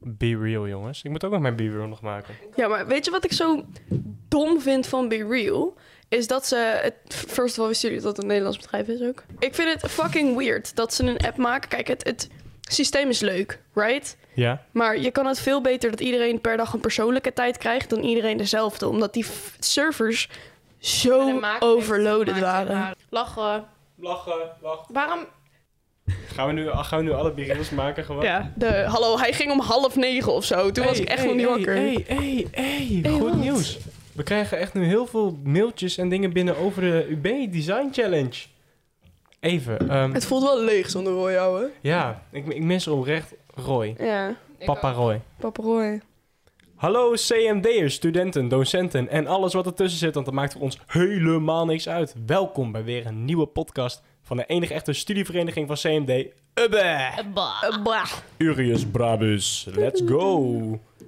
Be Real, jongens. Ik moet ook nog mijn Be Real nog maken. Ja, maar weet je wat ik zo dom vind van Be Real? Is dat ze... Het, first of all, wisten jullie dat het een Nederlands bedrijf is ook? Ik vind het fucking weird dat ze een app maken. Kijk, het, het systeem is leuk, right? Ja? Maar je kan het veel beter dat iedereen per dag een persoonlijke tijd krijgt... dan iedereen dezelfde. Omdat die f- servers zo overloaded waren. Lachen. Lachen, lachen. Waarom? Gaan we nu, gaan we nu alle Be Reals maken gewoon? Ja, de, hallo, hij ging om half negen of zo. Toen was ik echt nog niet wakker. Hey, hey, hey, Hey, goed wat? nieuws. We krijgen echt nu heel veel mailtjes en dingen binnen over de UB Design Challenge. Even, ehm, Het voelt wel leeg zonder Roy, ouwe. ja, ik, ik mis oprecht Roy. Ja, Papa Roy. papa Roy. Hallo CMD'ers, studenten, docenten en alles wat ertussen zit, want dat maakt voor ons helemaal niks uit. Welkom bij weer een nieuwe podcast van de enige echte studievereniging van CMD, UBE. Eh, Bah. Eh, Urius Brabus, let's go.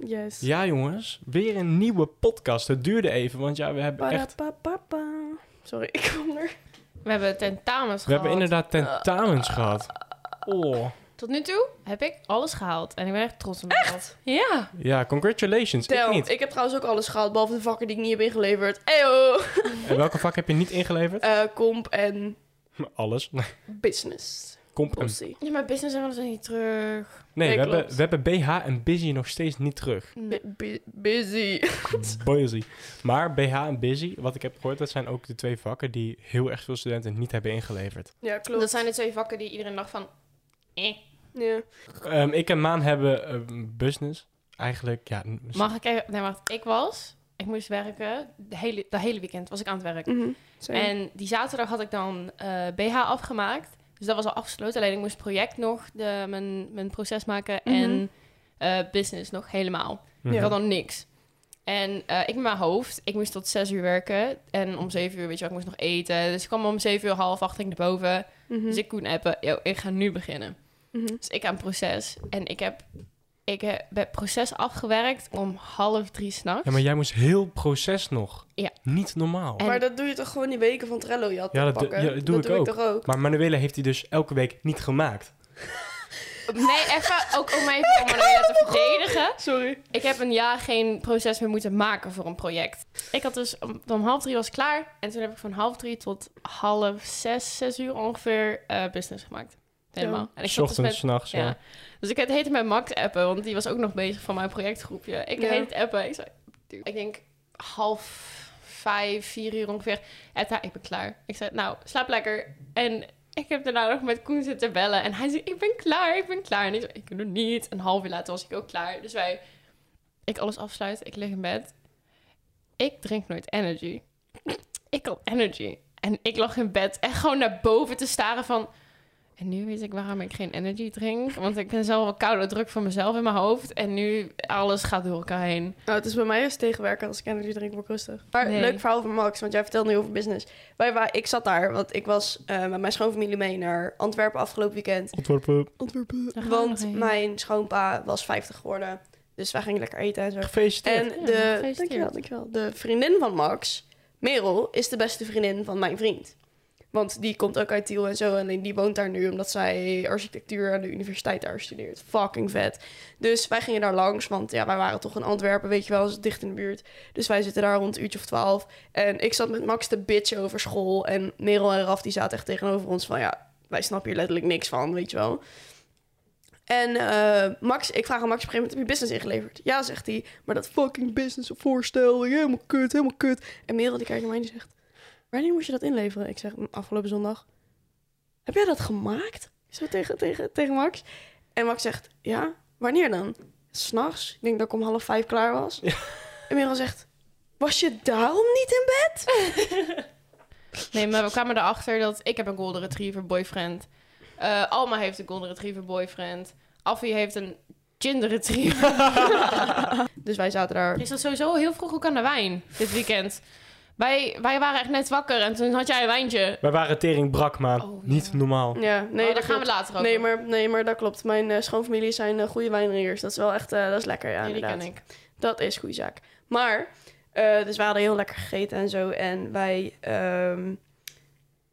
Yes. Ja jongens, weer een nieuwe podcast. Het duurde even, want ja, we hebben echt Parapapapa. Sorry, ik kwam er. We hebben tentamens We hebben gehad. inderdaad tentamens Ah. gehad. Oh. Tot nu toe heb ik alles gehaald. En ik ben echt trots op mezelf. Ja. Ja, congratulations. Tel, Ik ik, niet. heb trouwens ook alles gehaald, behalve de vakken die ik niet heb ingeleverd. Eyo! En welke vak heb je niet ingeleverd? Eh comp en Alles. business. Komp en... Postie. Ja, maar business hebben we nog niet terug. Nee, Nee, we hebben, klopt. we hebben BH en Busy nog steeds niet terug. Bu- bu- busy. Busy. Maar BH en Busy, wat ik heb gehoord, dat zijn ook de twee vakken die heel erg veel studenten niet hebben ingeleverd. Ja, klopt. Dat zijn de twee vakken die iedereen dacht van... Eh. Ja. Ehm, ik en Maan hebben ehm, business. Eigenlijk, ja... n- Mag ik even... Nee, wacht. Ik was... Ik moest werken. De hele, de hele weekend was ik aan het werk. Mhm. Same. En die zaterdag had ik dan eh, BH afgemaakt. Dus dat was al afgesloten. Alleen ik moest project nog, de, mijn, mijn proces maken en eh, business nog helemaal. Mhm. Ik Ja. had dan niks. En eh, ik met mijn hoofd, ik moest tot zes uur werken. En om zeven uur, weet je wel, ik moest nog eten. Dus ik kwam om zeven uur, half acht ging ik naar boven. Mhm. Dus ik kon appen, yo, ik ga nu beginnen. Mhm. Dus ik aan het proces. En ik heb, ik heb het proces afgewerkt om half drie s'nachts. Ja, maar jij moest heel proces nog. Ja. Niet normaal. En- Maar dat doe je toch gewoon die weken van Trello je had Ja, te dat doe- pakken? ja, dat doe ik doe ook. ik toch ook? Maar Manuele heeft die dus elke week niet gemaakt. Nee, even, ook om even om Manuela te verdedigen. Sorry. Ik heb een jaar geen proces meer moeten maken voor een project. Ik had dus om, om half drie was ik klaar. En toen heb ik van half drie tot half zes, zes uur ongeveer eh, business gemaakt. Helemaal. Ja. En ik zat dus Ochtends, met... s'nachts. eh, Ja. Dus ik had het heette met Max appen, want die was ook nog bezig van mijn projectgroepje. Ik Ja. heet het appen. Ik zei, dude, ik denk half vijf, vier uur ongeveer. En hij, ik ben klaar. Ik zei, nou, slaap lekker. En ik heb daarna nog met Koen zitten bellen. En hij zei, ik ben klaar, ik ben klaar. En ik zei, ik kan het niet. Een half uur later was ik ook klaar. Dus wij, ik alles afsluit, ik lig in bed. Ik drink nooit energy. Ik had energy. En ik lag in bed echt gewoon naar boven te staren van... En nu weet ik waarom ik geen energy drink. Want ik ben zelf wel koude druk van mezelf in mijn hoofd. En nu alles gaat door elkaar heen. Nou, het is bij mij eens tegenwerken als ik energy drink word ik rustig. Maar Nee. leuk verhaal van Max, want jij vertelde nu over business. Wij, wa- ik zat daar, want ik was eh, met mijn schoonfamilie mee naar Antwerpen afgelopen weekend. Ontwerpen. Antwerpen. Daar gaan we nog Want heen. mijn schoonpa was 50 geworden. Dus wij gingen lekker eten en zo. Gefeliciteerd. En Ja, de, gefeliciteerd. dankjewel, dankjewel. de vriendin van Max, Merel, is de beste vriendin van mijn vriend. Want die komt ook uit Tiel en zo. Alleen die woont daar nu omdat zij architectuur aan de universiteit daar studeert. Fucking vet. Dus wij gingen daar langs, want ja, wij waren toch in Antwerpen, weet je wel, is het dicht in de buurt. Dus wij zitten daar rond een uurtje of twaalf. En ik zat met Max te bitchen over school. En Merel en Raf die zaten echt tegenover ons van ja, wij snappen hier letterlijk niks van, weet je wel. En eh, Max, ik vraag aan Max op een gegeven moment, heb je business ingeleverd? Ja, zegt hij, maar dat fucking business voorstel, helemaal kut, helemaal kut. En Merel die kijkt naar mij en die zegt, wanneer moest je dat inleveren? Ik zeg, "Mm, afgelopen zondag. Heb jij dat gemaakt? Zo tegen, tegen, tegen Max. En Max zegt, ja, wanneer dan? S'nachts, ik denk dat ik om half vijf klaar was. En Merel zegt, was je daarom niet in bed? Nee, maar we kwamen erachter dat ik heb een golden retriever boyfriend. Eh, Alma heeft een golden retriever boyfriend. Affie heeft een gender retriever. Dus wij zaten daar Is dat sowieso heel vroeg ook aan de wijn dit weekend? Wij, wij waren echt net wakker en toen had jij een wijntje. Wij waren tering brak, man. Oh, ja. Niet normaal. Ja, nee, Oh, daar dat gaan we klopt. later over. Nee maar, nee, maar dat klopt. Mijn eh, schoonfamilie zijn eh, goede wijnringers. Dat is wel echt, eh, dat is lekker, ja, Nee, die inderdaad. ken ik. Dat is goede zaak. Maar, eh, dus we hadden heel lekker gegeten en zo. En wij ehm,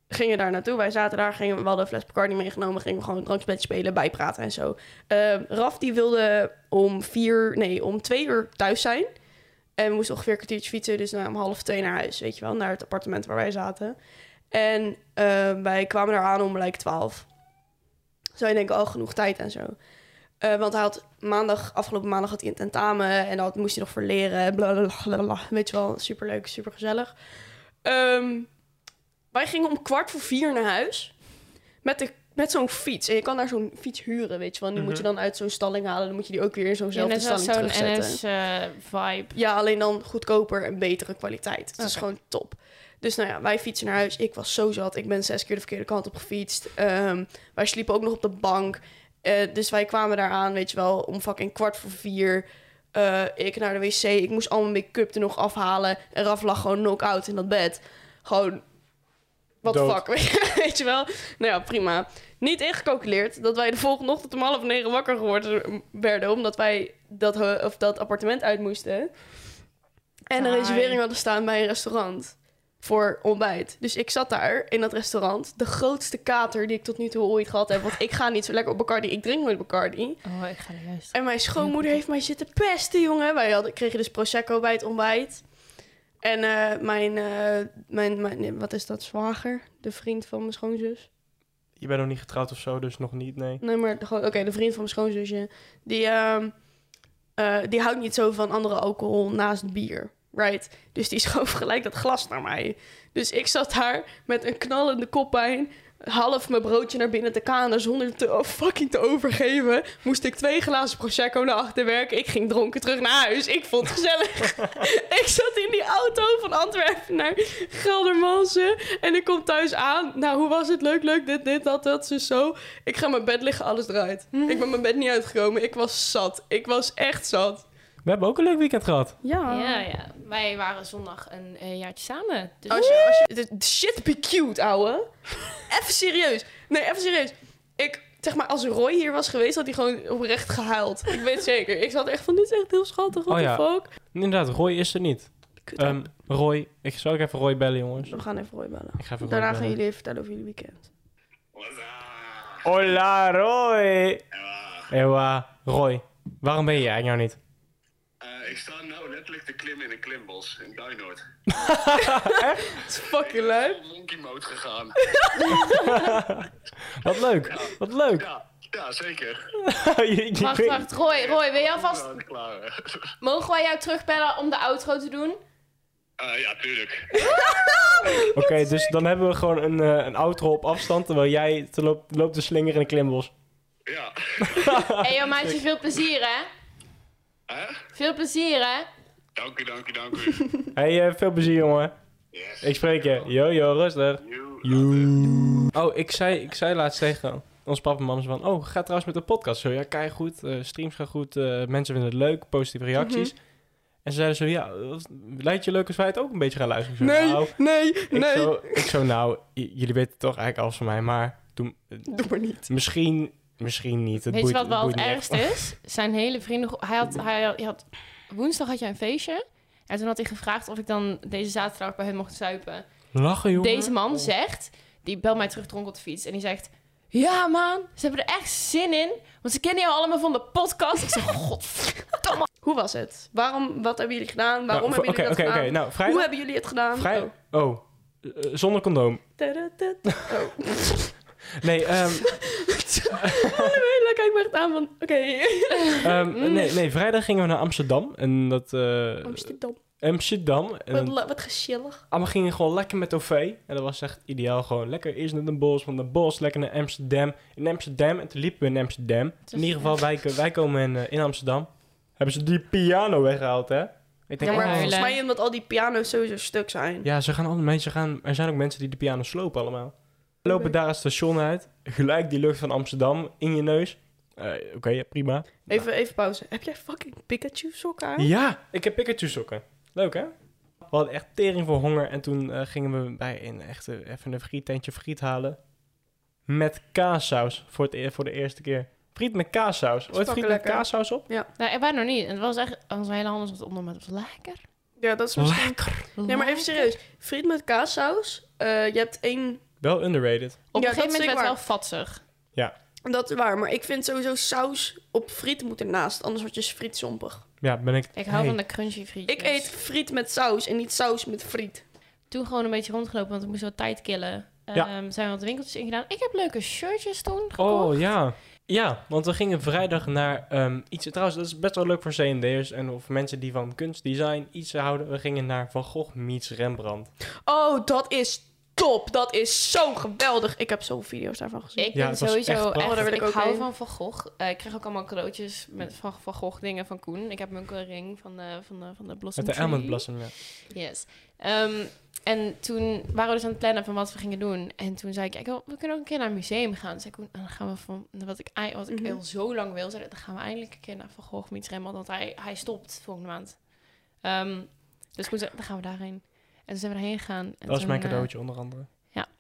gingen daar naartoe. Wij zaten daar, gingen, we hadden een fles Bacardi meegenomen, gingen we gewoon een drankspelletje spelen, bijpraten en zo. Ehm, Raf die wilde om vier, nee, om twee uur thuis zijn. En we moesten ongeveer een kwartiertje fietsen, dus nou, om half twee naar huis, weet je wel, naar het appartement waar wij zaten. En ehm, wij kwamen daar aan om gelijk twaalf. Zou je denken, al genoeg tijd en zo. Eh, want hij had maandag, afgelopen maandag had hij een tentamen en dat moest hij nog voor leren. Bla bla bla, bla, bla. Weet je wel, superleuk, supergezellig. Ehm wij gingen om kwart voor vier naar huis. Met, de, met zo'n fiets. En je kan daar zo'n fiets huren, weet je wel. Die moet je dan uit zo'n stalling halen. Dan moet je die ook weer in zo'nzelfde Mhm. net als stalling zo'n eh, terugzetten. NS-vibe. Ja, alleen dan goedkoper en betere kwaliteit. Het is Oké. gewoon top. Dus nou ja, wij fietsen naar huis. Ik was zo zat. Ik ben zes keer de verkeerde kant op gefietst. Ehm, wij sliepen ook nog op de bank. Eh, dus wij kwamen daar aan, weet je wel, om fucking kwart voor vier. Eh, ik naar de wc. Ik moest al mijn make-up er nog afhalen. En Raf lag gewoon knock-out in dat bed. Gewoon, what the Dood. fuck, weet je wel. Nou ja, prima. Niet ingecalculeerd dat wij de volgende ochtend om half negen wakker geworden werden... omdat wij dat, hu- of dat appartement uit moesten. En een Ai. reservering hadden staan bij een restaurant voor ontbijt. Dus ik zat daar in dat restaurant. De grootste kater die ik tot nu toe ooit gehad heb. Want ik ga niet zo lekker op Bacardi. Ik drink nooit Bacardi. Oh, ik ga er juist. En mijn schoonmoeder heeft mij zitten pesten, jongen. Wij hadden, kregen dus Prosecco bij het ontbijt. En eh, mijn, eh, mijn, mijn, nee, wat is dat, zwager? De vriend van mijn schoonzus. Je bent nog niet getrouwd of zo, dus nog niet, nee. Nee, maar de- gewoon- oké, de vriend van mijn schoonzusje, die, ehm, eh, die houdt niet zo van andere alcohol naast bier, right? Dus die schoof gelijk dat glas naar mij. Dus ik zat daar met een knallende koppijn, half mijn broodje naar binnen te kanen zonder te oh, fucking te overgeven. Moest ik twee glazen prosecco naar achter werken. Ik ging dronken terug naar huis. Ik vond het gezellig. ik zat in die auto van Antwerpen naar Geldermalsen en ik kom thuis aan. Nou, hoe was het? Leuk, leuk, dit, dit, dat, dat, zo, zo. Ik ga in mijn bed liggen, alles draait. Hm. Ik ben mijn bed niet uitgekomen. Ik was zat. Ik was echt zat. We hebben ook een leuk weekend gehad. Ja, Oh. ja. Wij waren zondag een, eh, jaartje samen. Dus Oh, Als je, als je, de- de shit be cute, ouwe. Even serieus. Nee, even serieus. Ik, zeg maar, als Roy hier was geweest, had hij gewoon oprecht gehuild. Ik weet het zeker. Ik zat echt van, dit is echt heel schattig, what Oh ja. the fuck. Inderdaad, Roy is er niet. Kut, Ehm, Roy, ik zal ook even Roy bellen, jongens. we gaan even Roy bellen. Ik ga Dus even Daarna Roy gaan bellen. jullie even vertellen over jullie weekend. What's up? Hola, Roy! Emma? Ewa, Roy, waarom ben je eigenlijk nou niet? Eh, ik sta nou letterlijk te klimmen in een klimbos in Duinoord. Het is fucking leuk. Vol monkey mode gegaan. Wat leuk, wat leuk. Ja, ja zeker. Je- je- wacht, wacht. Roy, Roy, wil je alvast... Ja, klaar. hè. Mogen wij jou terugbellen om de outro te doen? Eh, ja, tuurlijk. Oké, dus dan hebben we gewoon een, eh, een outro op afstand, terwijl jij te loopt, loopt te slingeren in een klimbos. Ja. Hé, hey, joh, maatje, veel plezier, hè? Hè? Veel plezier, hè? Dank u, dank u, dank u. Hey, eh, veel plezier, jongen. Yes. Ik spreek je. Yo, yo, rustig. You. Oh, ik zei, ik zei laatst tegen ons papa en mama zo van... Oh, gaat trouwens met de podcast zo. Ja, kei goed. eh, streams gaan goed. eh, mensen vinden het leuk. Positieve reacties. En ze zeiden zo... Ja, wat- lijkt je leuk als wij het ook een beetje gaan luisteren? Ik zo, Nee, nou, nee, ik, nee. zo, ik zo, nou, j- jullie weten het toch eigenlijk alles van mij. Maar toen, eh, Doe maar niet. misschien, misschien niet. Het Weet je boeit, wat wel boeit het niet echt. ergste is? Zijn hele vrienden... Hij had, hij had, hij had- woensdag had jij een feestje. En toen had hij gevraagd of ik dan deze zaterdag bij hem mocht zuipen. Lachen, jongen. Oh. Deze man zegt... Die belt mij terug dronken op de fiets. En die zegt... Ja, man. Ze hebben er echt zin in. Want ze kennen jou allemaal van de podcast. Ik zeg... Godverdomme. Hoe was het? Waarom, wat hebben jullie gedaan? Nou, Waarom v- hebben jullie Oké, dat oké, gedaan? oké. Nou, Hoe vrij... hebben jullie het gedaan? vrij Oh. oh, eh, zonder condoom. Tadadad. Oh. Nee, ehm... Manuela kijkt me echt aan van, oké, Ehm, nee, nee, vrijdag gingen we naar Amsterdam. En dat... eh, Mm. Amsterdam, Amsterdam. En wat, dan- la- wat gezellig. allemaal gingen gewoon lekker met OV. En dat was echt ideaal. Gewoon lekker eerst naar Den Bosch, van Den Bosch lekker naar Amsterdam. In Amsterdam, en toen liepen we in Amsterdam. In ieder geval, wij, wij komen in, eh, in Amsterdam. Hebben ze die piano weggehaald, hè? Ik Ja, denk, maar oh. huilen. volgens mij omdat al die piano's sowieso stuk zijn. Ja, ze gaan alle mensen gaan. Er zijn ook mensen die de piano slopen allemaal. We lopen Oké. daar het station uit. Gelijk die lucht van Amsterdam in je neus. Eh, Oké, ja, prima. Even, even pauze. Heb jij fucking Pikachu sokken aan? Ja, ik heb Pikachu sokken. Leuk hè? We hadden echt tering voor honger en toen eh, gingen we bij een echte even een friettentje friet halen. Met kaassaus voor, het, e- voor de eerste keer. Friet met kaassaus. Ooit fucking friet met lekker. kaassaus op? Nou, ik ben nog niet. Het was echt... Onze hele handen zat onder, maar het was lekker. Ja, dat is misschien... Lekker. Nee, maar even serieus. Friet met kaassaus. Eh, je hebt één Wel underrated. Op Ja, een dat gegeven is moment werd waar. wel vatsig. Dat is waar, maar ik vind sowieso saus op friet moet ernaast, anders word je friet zompig. Ja, ben ik... Ik hou Hey, van de crunchy frietjes. Ik eet friet met saus en niet saus met friet. toen gewoon een beetje rondgelopen, want ik moest wat tijd killen. Ja. Ehm, zijn we wat winkeltjes ingedaan. Ik heb leuke shirtjes toen gekocht. Oh, ja. Ja, want we gingen vrijdag naar ehm, iets... Trouwens, dat is best wel leuk voor C&D'ers en of mensen die van kunstdesign iets houden. We gingen naar Van Gogh meets Rembrandt. Oh, dat is top. Dat is zo geweldig. Ik heb zoveel video's daarvan gezien. Ik Ja, ben het was sowieso echt echt, prachtig. Oh, daar wil ik ik, ook hou een. van Van Gogh. Eh, ik kreeg ook allemaal cadeautjes met van, van Gogh dingen van Koen. Ik heb hem ook een ring van de, van de, van de Blossom Met de Tree. Almond Blossom, ja. Yes. Ehm, en toen waren we dus aan het plannen van wat we gingen doen. En toen zei ik, ik wil- we kunnen ook een keer naar een museum gaan. Zei Koen, dan gaan we van, wat ik, ei- wat ik Mhm. al zo lang wil, zei, ik, dan gaan we eindelijk een keer naar Van Gogh meets Rembrandt. Want hij, hij stopt volgende maand. Ehm, dus Koen zei, dan gaan we daarheen. En toen zijn we daarheen gegaan. En Dat was toen, mijn eh, cadeautje onder andere.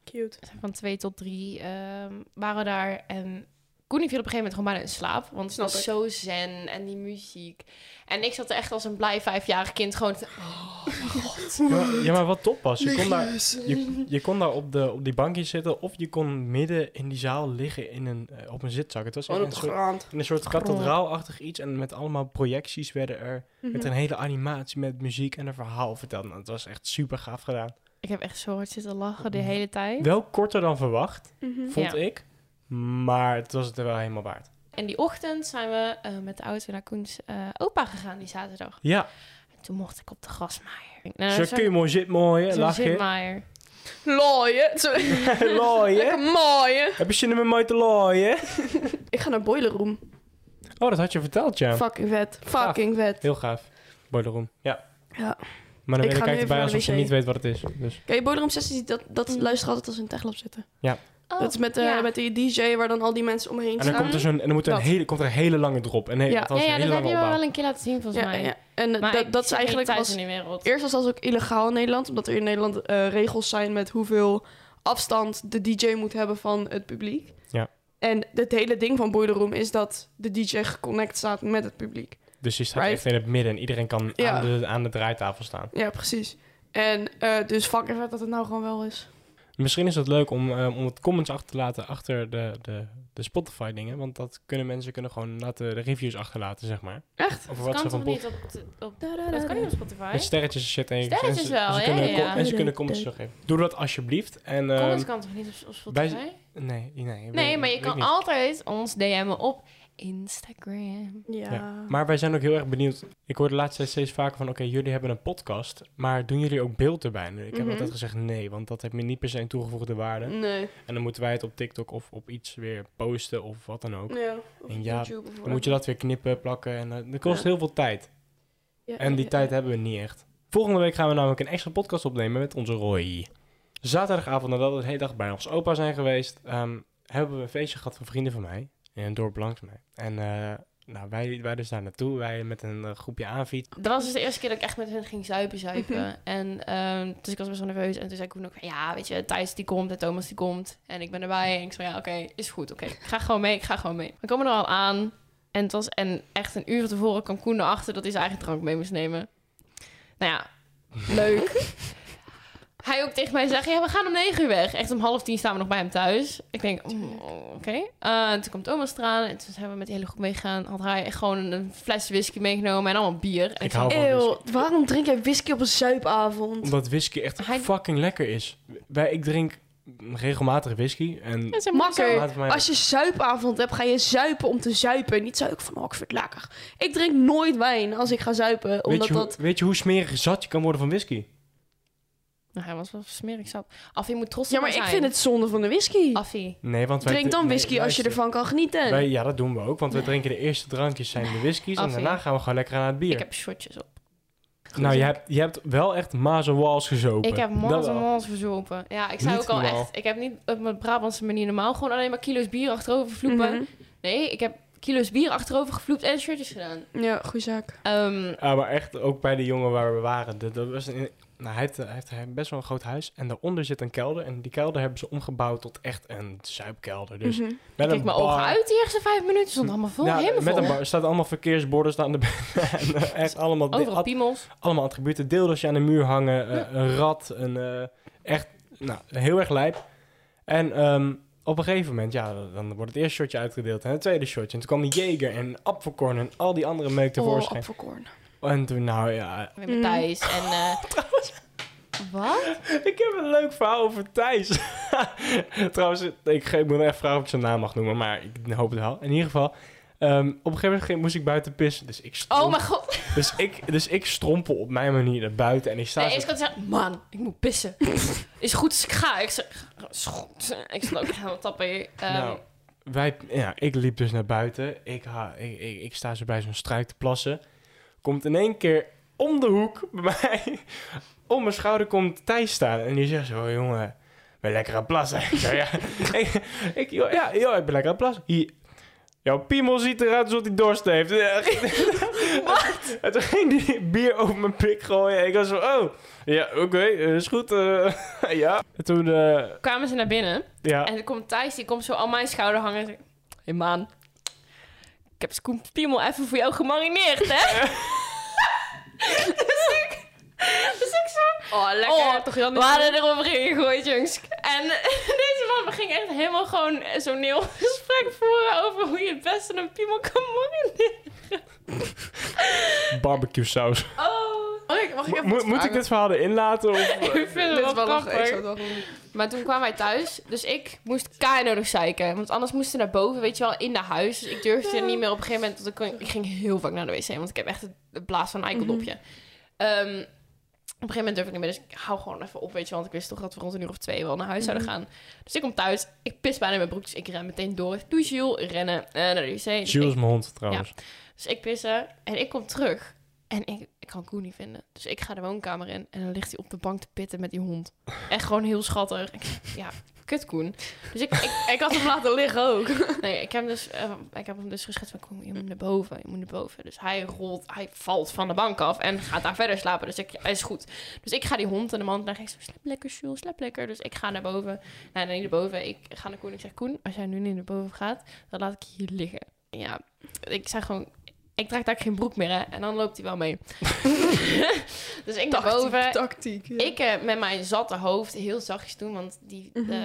Cute. van twee tot drie ehm, waren we daar. En Koen die viel op een gegeven moment gewoon bijna in slaap. Want het Snap was ik. zo zen en die muziek. En ik zat er echt als een blij vijfjarig kind gewoon... te- Oh, mijn god. Ja, maar- ja, maar wat top was. Je kon daar, je, eh, je kon daar op, de, op die bankjes zitten of je kon midden in die zaal liggen in een, eh, op een zitzak. Het was echt Gewoon op een de soort, grond. een soort kathedraalachtig iets en met allemaal projecties werden er met een Mhm. hele animatie met muziek en een verhaal verteld. Nou, het was echt super gaaf gedaan. Ik heb echt zo hard zitten lachen de hele tijd. Wel korter dan verwacht, Mhm. vond Ja. ik. Maar het was het wel helemaal waard. En die ochtend zijn we eh, met de auto naar Koens eh, opa gegaan die zaterdag. Ja, En toen mocht ik op de grasmaaier. Nou, zo kun je mooi zit mooi, lach je. Maaier. Looien. Sorry. Lekker Looien. mooie. Heb je zin om mooi te looien? Ik ga naar Boiler Room. Oh, dat had je verteld, ja. Fucking vet. Fucking vet. Heel gaaf. Boiler Room. Ja. Ja. Maar Ik dan ga nu kijkt even erbij naar alsof je de wc. niet weet wat het is. Dus. Kijk, Boiler Room 16, dat, dat luistert altijd als ze in Techlab zitten. Mm. Oh, dat is met, eh, ja. met die DJ waar dan al die mensen omheen En dan staan. komt er, zo'n, en dan moet er een Dat. hele, komt er een hele lange drop. En he, Ja. Ja, althans, ja, een dat hele heb lange je me wel opbouw. een keer laten zien volgens ja, mij. ja. En eh, Maar dat, ik dat is zit niet eigenlijk thuis was, in die wereld. eerst was dat ook illegaal in Nederland, omdat er in Nederland eh, regels zijn met hoeveel afstand de DJ moet hebben van het publiek. Ja. En het hele ding van Boiler Room is dat de DJ geconnect staat met het publiek. Dus je staat Right. echt in het midden en iedereen kan Ja. aan, de, aan de draaitafel staan. Ja, precies. En eh, dus fucking vet dat het nou gewoon wel is. Misschien is het leuk om, eh, om het comments achter te laten achter de, de, de Spotify dingen. Want dat kunnen mensen kunnen gewoon laten de reviews achterlaten, zeg maar. Echt? Over Dat wat ze kan van toch boek. niet op, op... Dat kan niet op Spotify? Met sterretjes en shit. En Sterretjes en ze, wel, en ze ja, kunnen, ja, com- ja. En ze kunnen comments teruggeven. Doe dat alsjeblieft. En, ehm, Comments kan toch niet op, op Spotify? nee, nee. ik nee, weet- maar je weet kan niet. altijd ons DM'en op Instagram. Ja. Ja. Maar wij zijn ook heel erg benieuwd. Ik hoor de laatste tijd steeds vaker van... oké, jullie hebben een podcast... maar doen jullie ook beeld erbij? Nu, ik heb Mhm. altijd gezegd nee... want dat heeft me niet per se een toegevoegde waarde. Nee. En dan moeten wij het op TikTok of op iets weer posten... of wat dan ook. Ja. Of En ja, YouTube of Dan moet je dat weer knippen, plakken... en eh, dat kost Ja. heel veel tijd. Ja, En die ja, tijd ja. hebben we niet echt. Volgende week gaan we namelijk een extra podcast opnemen met onze Roy. Zaterdagavond, nadat we de hele dag bij ons opa zijn geweest... ehm, hebben we een feestje gehad van vrienden van mij... in een dorp langs mij. En... eh, nou, wij, wij dus daar naartoe. Wij met een eh, groepje aanfiets. Dat was dus de eerste keer dat ik echt met hun ging zuipen, zuipen. en ehm, dus ik was best wel nerveus. En toen zei Koen ook, van, ja, weet je, Thijs die komt en Thomas die komt. En ik ben erbij. En ik zei, ja, oké, is goed, oké. Ik ga gewoon mee, ik ga gewoon mee. We komen er al aan. En, het was, en echt een uur van tevoren kwam Koen erachter dat hij zijn eigen drank mee moest nemen. Nou ja, leuk. Hij ook tegen mij zegt, ja, we gaan om negen uur weg. Echt om half tien staan we nog bij hem thuis. Ik denk, oh, oké. Eh, en toen komt Thomas eraan en toen zijn we met de hele groep meegegaan. Had hij echt gewoon een fles whisky meegenomen en allemaal bier. En Ik hou van whisky. Eeuw, waarom drink jij whisky op een zuipavond? Omdat whisky echt Hij- fucking lekker is. Wij, ik drink regelmatig whisky. En Dat is helemaal Makker, zo. Laat het mij- als je zuipavond hebt, ga je zuipen om te zuipen. Niet zuipen van, oh, ik vind het lekker. Ik drink nooit wijn als ik ga zuipen, weet, omdat je hoe, dat... weet je hoe smerig zat je kan worden van whisky? Nou, hij was wel smerig zat. Affie moet trots Ja, op maar me ik zijn. vind het zonde van de whisky. Affie. Nee, want wij Drink dan nee, whisky als je luister. ervan kan genieten. Wij, ja, dat doen we ook. Want we drinken de eerste drankjes zijn de whiskies. En Affie. daarna gaan we gewoon lekker aan het bier. Ik heb shotjes op. nou, je hebt, je hebt wel echt Mazen Walls gezopen. Ik heb Dat mals en wel. mals verzopen. Ja, ik zou Niet ook al normaal. echt... Ik heb niet op mijn Brabantse manier normaal gewoon alleen maar kilo's bier achterover vloepen. Mhm. Nee, ik heb kilo's bier achterover gevloept en shirtjes gedaan. Ja, goeie zaak. Ehm, Ja, Ah, maar echt ook bij de jongen waar we waren. Dat, dat was een- nou, hij, heeft, hij heeft- hij heeft best wel een groot huis. En daaronder zit een kelder. En die kelder hebben ze omgebouwd tot echt een zuipkelder. Dus Mhm. met ik een keek mijn bar. Hm. ogen uit die eerste vijf minuten. Stond allemaal vol, Ja, helemaal met vol. een bar. Er staan allemaal verkeersborden staan er en, eh, echt allemaal, de- Overal Hm. at- piemels. allemaal attributen. Deeldoosje aan de muur hangen, eh, een rat, een eh, echt nou, heel erg lijp. En ehm, op een gegeven moment, ja, dan wordt het eerste shotje uitgedeeld en het tweede shotje. En toen kwam die Jager en Apfelkorn en al die andere meuk Oh, tevoorschijn. appelkorn. en toen, nou ja, Weer Mhm. met Thijs en... eh, Wat? Ik heb een leuk verhaal over Thijs. Trouwens, ik, ge- ik moet echt vragen of ik zijn naam mag noemen, maar ik hoop het wel. In ieder geval, ehm, op een gegeven moment moest ik buiten pissen. Dus ik, strom- Oh mijn god. dus ik, dus ik strompel op mijn manier naar buiten en ik sta Nee, zo- eerst kan ik zeggen, man, ik moet pissen. Is goed als ik ga. Ik zeg, is goed. Ik zal ook helemaal tappen hier. Ehm, Nou, wij, ja, ik liep dus naar buiten. Ik, ha, ik, ik, ik sta zo bij zo'n struik te plassen. Komt in één keer om de hoek bij mij. Om mijn schouder komt Thijs staan. En die zegt zo, jongen, ben je lekker aan het plassen. Ik zeg, ja, ik, ik, joh, ja, joh, ik ben lekker aan het plassen. Hier, jouw piemel ziet eruit alsof hij dorst heeft. Wat? En toen ging die bier over mijn pik gooien. En ik was zo, oh, ja, oké, eh, is goed. eh, ja. En toen, eh, kwamen ze naar binnen. ja. En dan komt Thijs, die komt zo aan mijn schouder hangen. en zegt, hey man, ik heb Scoop Piemel even voor jou gemarineerd, hè? dus ik... Dus ik zo... Oh, lekker. Oh, toch Jan? We hadden erop gegooid, jongens. En deze man ging echt helemaal gewoon zo'n heel gesprek voeren over hoe je het beste een piemel kan marineren. barbecue saus. Oh. Mag ik, mag ik Mo- even mo- wat moet ik vragen? dit verhaal erin laten? Of, Ik vind Dit is het wel wel lachen, ik zou grappig. het wel doen. Maar toen kwamen wij thuis, dus ik moest keihard nog zeiken. Want anders moesten we naar boven, weet je wel, in de huis. Dus ik durfde er niet meer op een gegeven moment. Want ik, kon- ik ging heel vaak naar de wc, want ik heb echt het- de blaas van een eikeldopje. Ehm, op een gegeven moment durfde ik niet meer, dus ik hou gewoon even op, weet je wel. Want ik wist toch dat we rond een uur of twee wel naar huis zouden gaan. Dus ik kom thuis, ik pis bijna in mijn broek, dus ik ren meteen door. Doe Jules, rennen eh, naar de wc. Dus Jules is ik- mijn hond trouwens. dus ik pissen en ik kom terug. En ik, ik kan Koen niet vinden. Dus ik ga de woonkamer in en dan ligt hij op de bank te pitten met die hond. Echt gewoon heel schattig. Ik- ja, kut Koen. Dus ik, ik, ik had hem laten liggen ook. Nee, ik heb, hem dus, eh, ik heb hem dus geschetst van Koen, je moet naar boven, je moet naar boven. Dus hij rolt, hij valt van de bank af en gaat daar verder slapen. Dus ik, is goed. Dus ik ga die hond in de mand leggen. Ik zeg, slaap lekker Jules, slaap lekker. Dus ik ga naar boven. Nou, nee, niet naar boven. Ik ga naar Koen. Ik zeg, Koen, als jij nu niet naar boven gaat, dan laat ik je hier liggen. Ja, ik zeg gewoon, ik draag daar geen broek meer, hè. En dan loopt hij wel mee. dus ik naar boven. Tactiek, tactiek. ja. Ik eh, met mijn zatte hoofd heel zachtjes doen, want die, eh, Mhm.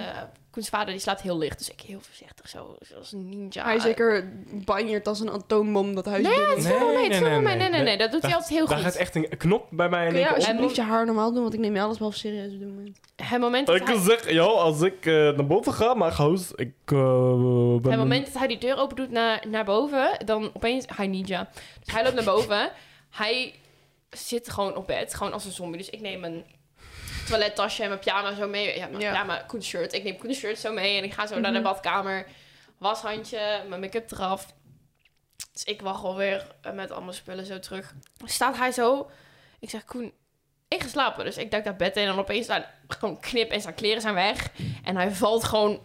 Koens vader die slaapt heel licht. Dus ik heel voorzichtig, zo, zoals een ninja. Hij zeker banjert als een atoombom dat huis Nee, binnen. het is wel mee, het is wel mee. Nee, nee, nee, dat doet hij altijd heel Daar goed. gaat echt een knop bij mij in één Kun jij keer op. alsjeblieft je haar normaal doen? Want ik neem je alles wel serieus op dit moment. Het moment dat hij... zeg, joh, als ik eh, naar boven ga, maar goos, ik eh, Op het moment dat hij die deur open doet naar, naar boven, dan opeens... Hij ninja. Dus hij loopt naar boven. Hij zit gewoon op bed, gewoon als een zombie. Dus ik neem een toilettasje en mijn pyjama zo mee. Ja, mijn Ja. pyjama, Koen shirt. Ik neem Koen shirt zo mee en ik ga zo naar de badkamer. Washandje, mijn make-up eraf. Dus ik wacht alweer eh, met allemaal spullen zo terug. Staat hij zo... Ik zeg, Koen, ik ga slapen. Dus ik duik naar bed in en opeens daar gewoon knip en zijn kleren zijn weg. En hij valt gewoon Ik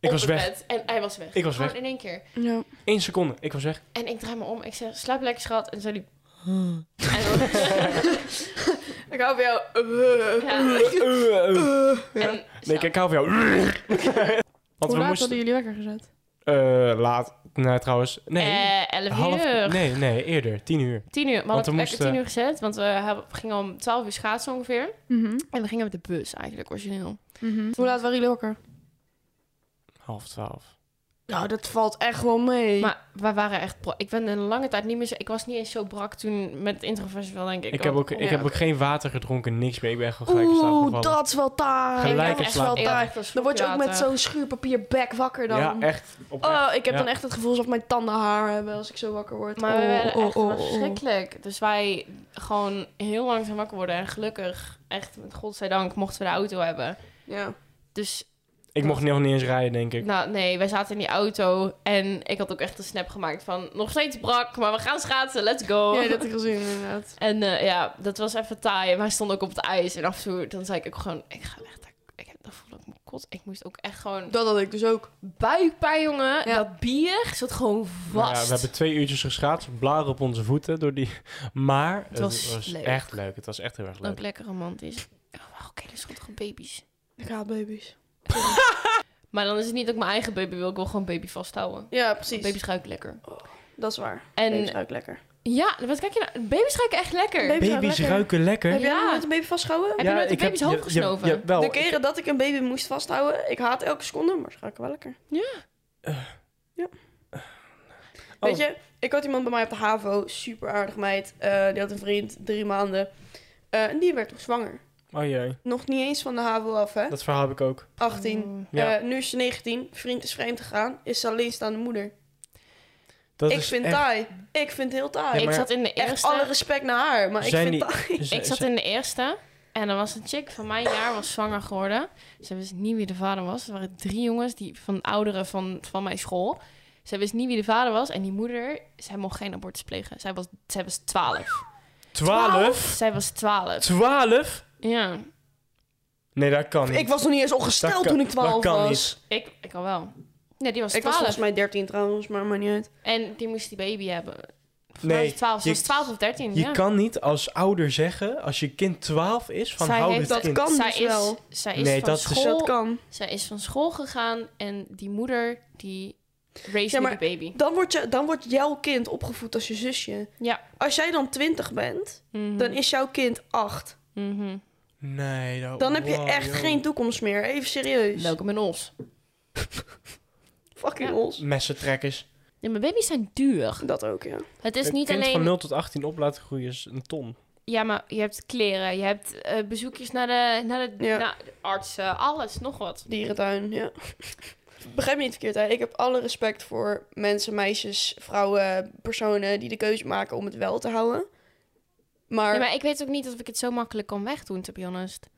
op was het weg. bed. En hij was weg. Ik was Gewoon weg. in één keer. Ja. Eén seconde, ik was weg. En ik draai me om. Ik zeg, slaap lekker schat. En zei hij... En, dan- Ik hou van jou. ja. Eh, eh, En Nee, zo. kijk, ik hou van jou. Want Hoe we laat moesten... hadden jullie lekker gezet? eh, laat, nou trouwens, nee. Eh, 11 half, uur. nee, nee, eerder, tien uur. 10 uur. Want We we hadden het moesten- 10 uur gezet. Want we hebben- we gingen om 12 uur schaatsen ongeveer. Mhm. En we gingen met de bus eigenlijk, origineel. Hoe laat waren jullie lekker? Half twaalf. Nou, dat valt echt wel mee. Maar we waren echt... bra- Ik ben een lange tijd niet meer zo... Ik was niet eens zo brak toen met het introfestival, denk ik. Oh. Ik, heb, ook, ik ja, heb oké. ook geen water gedronken, niks meer. Ik ben gewoon gelijk in slaap Oeh, gevallen. dat is wel taai. Gelijk dat in is slaap. wel Ik had taai. echt een Dan word je ook met schokolaten. zo'n schuurpapierbek wakker dan. Ja, echt. oprecht. Oh, ik heb Ja. dan echt het gevoel alsof mijn tanden haar hebben als ik zo wakker word. Maar we Oh, werden oh, echt oh, oh. verschrikkelijk. Dus wij gewoon heel langzaam wakker worden. En gelukkig, echt met godzijdank, mochten we de auto hebben. Ja. Dus Ik mocht nog niet eens rijden, denk ik. nou, nee, wij zaten in die auto. En ik had ook echt een snap gemaakt van... Nog steeds brak, maar we gaan schaatsen. Let's go. Ja, dat heb ik gezien inderdaad. En eh, ja, dat was even taai. En wij stonden ook op het ijs. En af en toe dan zei ik ook gewoon... Ik ga echt... Ik heb, dan voelde ik me kot. Ik moest ook echt gewoon... Dat had ik dus ook. Buikpijn, jongen. Ja. Dat bier zat gewoon Nou ja, vast. we hebben twee uurtjes geschaatst, blaren op onze voeten door die. Maar het was, was leuk. echt leuk. Het was echt heel erg leuk. Ook lekker romantisch. Oh, Oké, dus schattige baby's. Ik haat baby's. Maar dan is het niet ook mijn eigen baby wil. Ik wil gewoon baby vasthouden. Ja, precies. Baby's ruiken lekker. Dat is waar. En Baby's ruiken lekker. Ja, wat kijk je nou? Baby's ruiken echt lekker. Baby- Baby's Baby's ruiken ruiken lekker. Heb jij Ja. nog nooit een baby vastgehouden? Heb je nooit een baby's hoofd gesnoven? Ja, wel. De keren dat ik een baby moest vasthouden, ik haat elke seconde, maar ze ruiken wel lekker. Ja. Eh. Ja. Oh. Weet je, ik had iemand bij mij op de HAVO, super aardig meid. eh, die had een vriend, drie maanden. Eh, en die werd nog zwanger. Oh jee, Nog niet eens van de HAVO af, hè? dat verhaal heb ik ook. 18. Mm. Ja. Eh, nu is ze 19, vriend is vreemd gegaan, is ze alleenstaande moeder. Dat ik is vind echt- taai. Ik vind heel taai. Ja, Ik maar- zat in de Echt eerste. alle respect naar haar, maar Zijn ik vind die- taai. ze- Ik zat ze- in de eerste en er was een chick van mijn jaar was zwanger geworden. Ze wist niet wie de vader was. Er waren drie jongens die van ouderen van, van mijn school. Ze wist niet wie de vader was en die moeder, zij mocht geen abortus plegen. Zij was, zij was 12. 12? Zij was 12. 12? Ja, Nee, dat kan niet. Ik was nog niet eens ongesteld Dat kan- toen ik 12 dat kan was. niet. ik, ik al wel. Nee, die was Ik was 12. volgens mij 13 trouwens, maar maar niet uit. En die moest die baby hebben. Nee, Nee, 12. Ze je- was 12 of 13. Je ja. kan niet als ouder zeggen, als je kind 12 is, van Zij hou dit heeft dat kind. kan zij dus is, wel. Zij is Nee, van dat is- Dus school. dat kan. Zij is van school gegaan en die moeder die raised Ja, maar- de baby. Dan wordt, je, dan wordt jouw kind opgevoed als je zusje. Ja. Als jij dan 20 bent, Mhm. dan is jouw kind 8. Mhm. Nee, dat- Dan heb je Oh, wow, echt joh. geen toekomst meer. Even serieus. Welkom in ons. Fucking Ja. ons. Messentrekkers. Ja, maar baby's zijn duur. Dat ook, ja. Het is een niet kind van alleen... 0 tot 18 op laten groeien is een ton. Ja, maar je hebt kleren, je hebt eh, bezoekjes naar de, naar de, Ja. naar de artsen, alles, nog wat. Dierentuin, ja. Begrijp me niet verkeerd, hè. Ik heb alle respect voor mensen, meisjes, vrouwen, personen... die de keuze maken om het wel te houden. Maar, Ja, ja, maar ik weet ook niet of ik het zo makkelijk kan wegdoen, to be honest.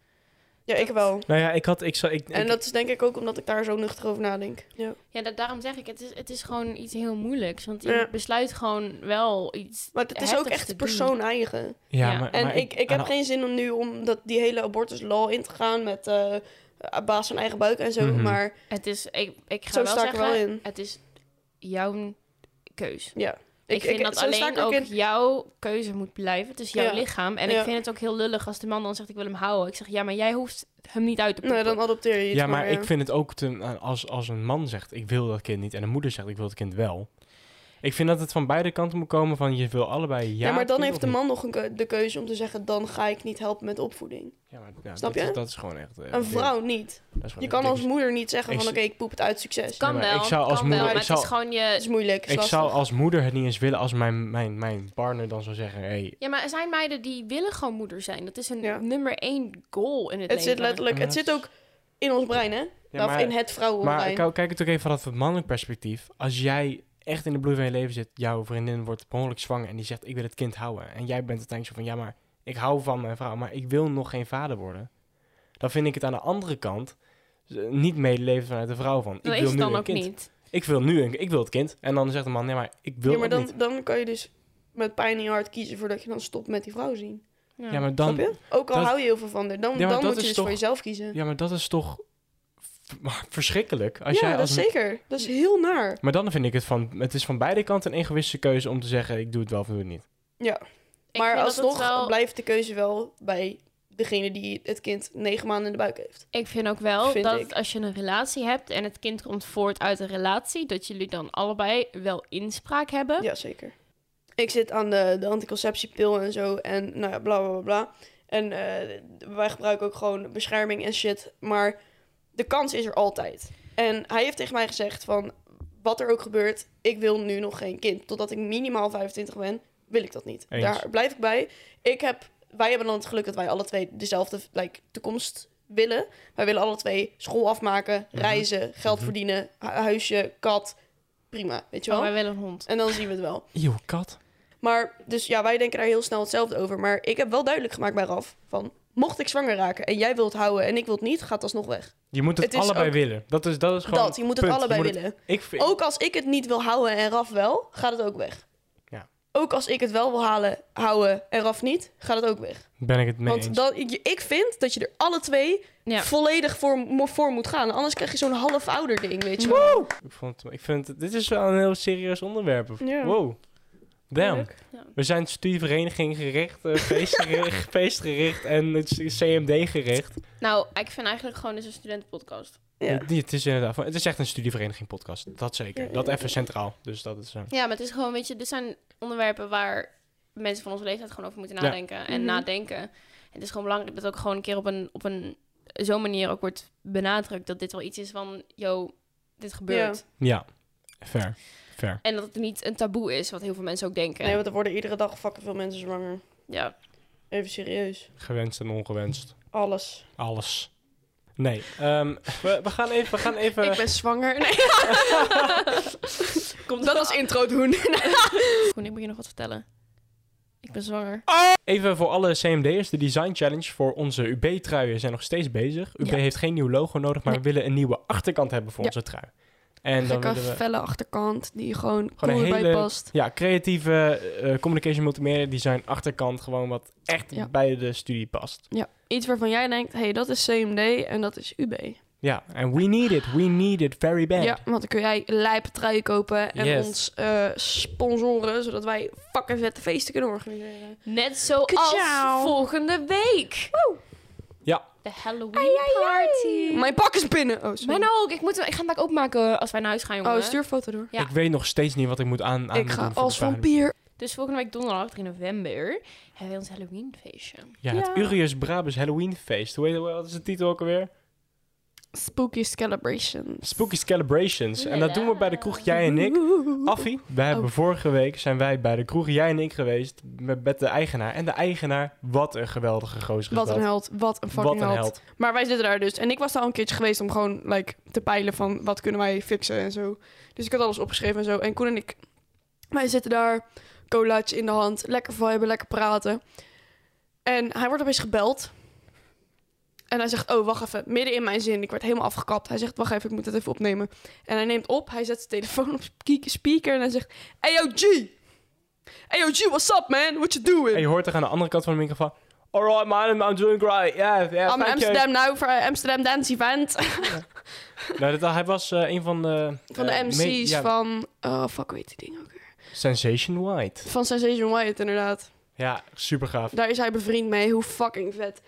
ik wel. Nou ja, ik had... Ik, zou- ik, En ik- dat is denk ik ook omdat ik daar zo nuchter over nadenk. Ja. Ja, da- daarom zeg ik, het is, het is gewoon iets heel moeilijks. Want je Ja. besluit gewoon wel iets Maar het is ook heftigs echt te doen. persoon eigen. ja, ja. Maar, En maar ik, ik aan heb de- geen zin om nu om dat, die hele abortuslaw in te gaan met eh baas van eigen buik en zo. Mhm. Maar Het is, ik, ik ga Zo wel sta ik er zeggen, wel in. het is jouw keus. ja, Ik, vind dat zo sta ik alleen ook in. jouw keuze moet blijven. Het is jouw Ja. lichaam. En Ja. ik vind het ook heel lullig als de man dan zegt ik wil hem houden. Ik zeg ja, maar jij hoeft hem niet uit te poepen. Nee, Nou, dan adopteer je het Ja, maar ja. ik vind het ook... Te, als, als een man zegt, ik wil dat kind niet... en een moeder zegt, ik wil het kind wel... Ik vind dat het van beide kanten moet komen van... je wil allebei ja... Ja, maar dan kind heeft of de niet. man nog een keu- de keuze om te zeggen... dan ga ik niet helpen met opvoeding. Ja, maar, ja, Snap dat, je? is- Dat is gewoon echt... eh, Een vrouw niet. dat is gewoon Je echt kan als dikke- moeder niet zeggen Ik van... zie- oké, ik poep het uit, succes. Kan Nee, maar wel, ik zou als kan moeder- wel, maar ik het is zou- gewoon Het je... is moeilijk, is Ik lastig. zou als moeder het niet eens willen als mijn, mijn, mijn partner dan zou zeggen... hey, Ja, maar er zijn meiden die willen gewoon moeder zijn. Dat is een Ja. nummer één goal in het, Het leven. zit letterlijk... Het Ja, zit ook in ons brein, hè? Ja, of maar- in het Maar vrouwenbrein. ik kijk het ook even vanaf het mannelijk perspectief. Als jij echt in de bloei van je leven zit, jouw vriendin wordt behoorlijk zwanger en die zegt: Ik wil het kind houden. En jij bent uiteindelijk zo van: Ja, maar ik hou van mijn vrouw, maar ik wil nog geen vader worden. Dan vind ik het aan de andere kant eh, niet medeleven vanuit de vrouw van: Ik Dat wil is het nu dan een ook kind. niet. Ik wil nu een, ik wil het kind. En dan zegt de man: Nee, maar ik wil Ja, maar het dan, niet. dan kan je dus met pijn in je hart kiezen... voordat je dan stopt met die vrouw zien. Ja. Ja, maar dan, Snap je? Ook al dat- hou je heel veel van haar, dan, Ja, maar dan dat moet je is dus toch- voor jezelf kiezen. ja, maar dat is toch v- verschrikkelijk. Als ja, jij dat als is een- zeker. Dat is heel naar. maar dan vind ik het van: Het is van beide kanten een egoïstische keuze om te zeggen: Ik doe het wel of ik doe het niet. Ja. Ik maar vind dat het alsnog wel- blijft de keuze wel bij degene die het kind negen maanden in de buik heeft. Ik vind ook wel Vind dat ik. als je een relatie hebt en het kind komt voort uit een relatie, dat jullie dan allebei wel inspraak hebben. Ja, zeker. Ik zit aan de, de anticonceptiepil en zo en nou ja, bla bla bla. bla. En eh, wij gebruiken ook gewoon bescherming en shit. Maar de kans is er altijd. En hij heeft tegen mij gezegd van, wat er ook gebeurt, ik wil nu nog geen kind. Totdat ik minimaal 25 ben, wil ik dat niet. Eens. Daar blijf ik bij. Ik heb, wij hebben dan het geluk dat wij alle twee dezelfde like, toekomst willen. Wij willen alle twee school afmaken, reizen, geld verdienen, hu- huisje, kat. Prima, weet je Oh, wel? wij willen een hond. En dan zien we het wel. Eeuw, kat. Maar dus ja, wij denken daar heel snel hetzelfde over. Maar ik heb wel duidelijk gemaakt bij Raf van... mocht ik zwanger raken en jij wilt houden en ik wil het niet... gaat alsnog weg. Je moet het, Het is allebei ook- willen. Dat is, dat is gewoon. dat, je moet het punt. allebei Je moet het- willen. Ik vind, Ook als ik het niet wil houden en Raf wel, gaat het ook weg. Ja. Ook als ik het wel wil halen, houden en Raf niet, gaat het ook weg. ben ik het mee Want eens. dan, ik- ik vind dat je er alle twee Ja. volledig voor, mo- voor moet gaan. Anders krijg je zo'n half ouder ding, weet je wel. Ik, vond, het- ik vind het- dit is wel een heel serieus onderwerp. Ja. Wow. Damn. Leuk. Ja. We zijn studievereniging gericht, eh, feestgericht, feestgericht en het is CMD gericht. Nou, ik vind eigenlijk gewoon dus een studentenpodcast. Ja. Het, het is inderdaad, van- het is echt een studievereniging podcast. Dat zeker. Ja, ja, Dat ja. even centraal. Dus dat is. eh, Ja, maar het is gewoon, weet je, dit zijn onderwerpen waar mensen van onze leeftijd gewoon over moeten Ja. nadenken en Mhm. nadenken. Het is gewoon belangrijk dat ook gewoon een keer op een, op een zo'n manier ook wordt benadrukt dat dit wel iets is van, yo, dit gebeurt. Ja, fair. Fair. En dat het niet een taboe is, wat heel veel mensen ook denken. Nee, want er worden iedere dag fucking veel mensen zwanger. Ja, Even serieus. Gewenst en ongewenst. Alles. Alles. Nee, ehm, we, we gaan even... We gaan even... Ik ben zwanger. Nee, komt dat als intro doen. Goed, ik moet je nog wat vertellen. Ik ben zwanger. Even voor alle CMD'ers, de design challenge voor onze UB-truien zijn nog steeds bezig. UB Ja. heeft geen nieuw logo nodig, maar Nee. we willen een nieuwe achterkant hebben voor Ja. onze trui. En dan Gekke willen we felle achterkant die gewoon, Gewoon gewoon een cool hele- bij past. ja, creatieve eh, communication multimedia design achterkant gewoon wat echt Ja. bij de studie past. Ja. Iets waarvan jij denkt, hé, hey, dat is CMD en dat is UB. Ja, en we need it. We need it very bad. Ja, want dan kun jij lijpe truien kopen en Yes. ons eh, sponsoren, zodat wij fucking vette feesten kunnen organiseren. Net zoals Ka-tjau. volgende week. Ja. De Halloween party. Mijn pak is binnen. Oh, sorry. Mijn ook. Ik, moet, ik ga het vaak openmaken als wij naar huis gaan, jongen. Oh, stuur een foto door. Ja. Ik weet nog steeds niet wat ik Ah, moet aan, aan ik ga doen voor als de tuin. vampier. Dus volgende week donderdag 3 november hebben we ons Halloween feestje. Ja, het Ja. Urius Brabus Halloween feest. Hoe heet, wat is de titel ook alweer? Spooky Celebration. Spooky Celebrations. En dat doen we bij de kroeg Jij en ik. Oeh. Affie, wij hebben Oh. vorige week zijn wij bij de kroeg Jij en ik geweest met, met de eigenaar. En de eigenaar, wat een geweldige gozer is Wat dat. een held, wat een fucking wat een held. held. Maar wij zitten daar dus. En ik was daar al een keertje geweest om gewoon like, te peilen van wat kunnen wij fixen en zo. Dus ik had alles opgeschreven en zo. En Koen en ik, wij zitten daar, colaatje in de hand, lekker viben, lekker praten. En hij wordt opeens gebeld. En hij zegt, oh, wacht even, midden in mijn zin. Ik werd helemaal afgekapt. Hij zegt, wacht even, ik moet het even opnemen. En hij neemt op, hij zet zijn telefoon op spe- speaker en hij zegt... Hey, yo, G! Hey, yo, G, what's up, man? What you doing? En je hoort er aan de andere kant van de microfoon. Alright man, I'm doing great. Yeah, yeah, I'm in thank you." Amsterdam nou voor eh, Amsterdam Dance Event. Nou, dat, hij was eh, een van de... Van de eh, MC's me- ja, van... Oh, fuck, weet die ding ook weer? Sensation White. Van Sensation White, inderdaad. Ja, super gaaf. Daar is hij bevriend mee. Hoe fucking vet.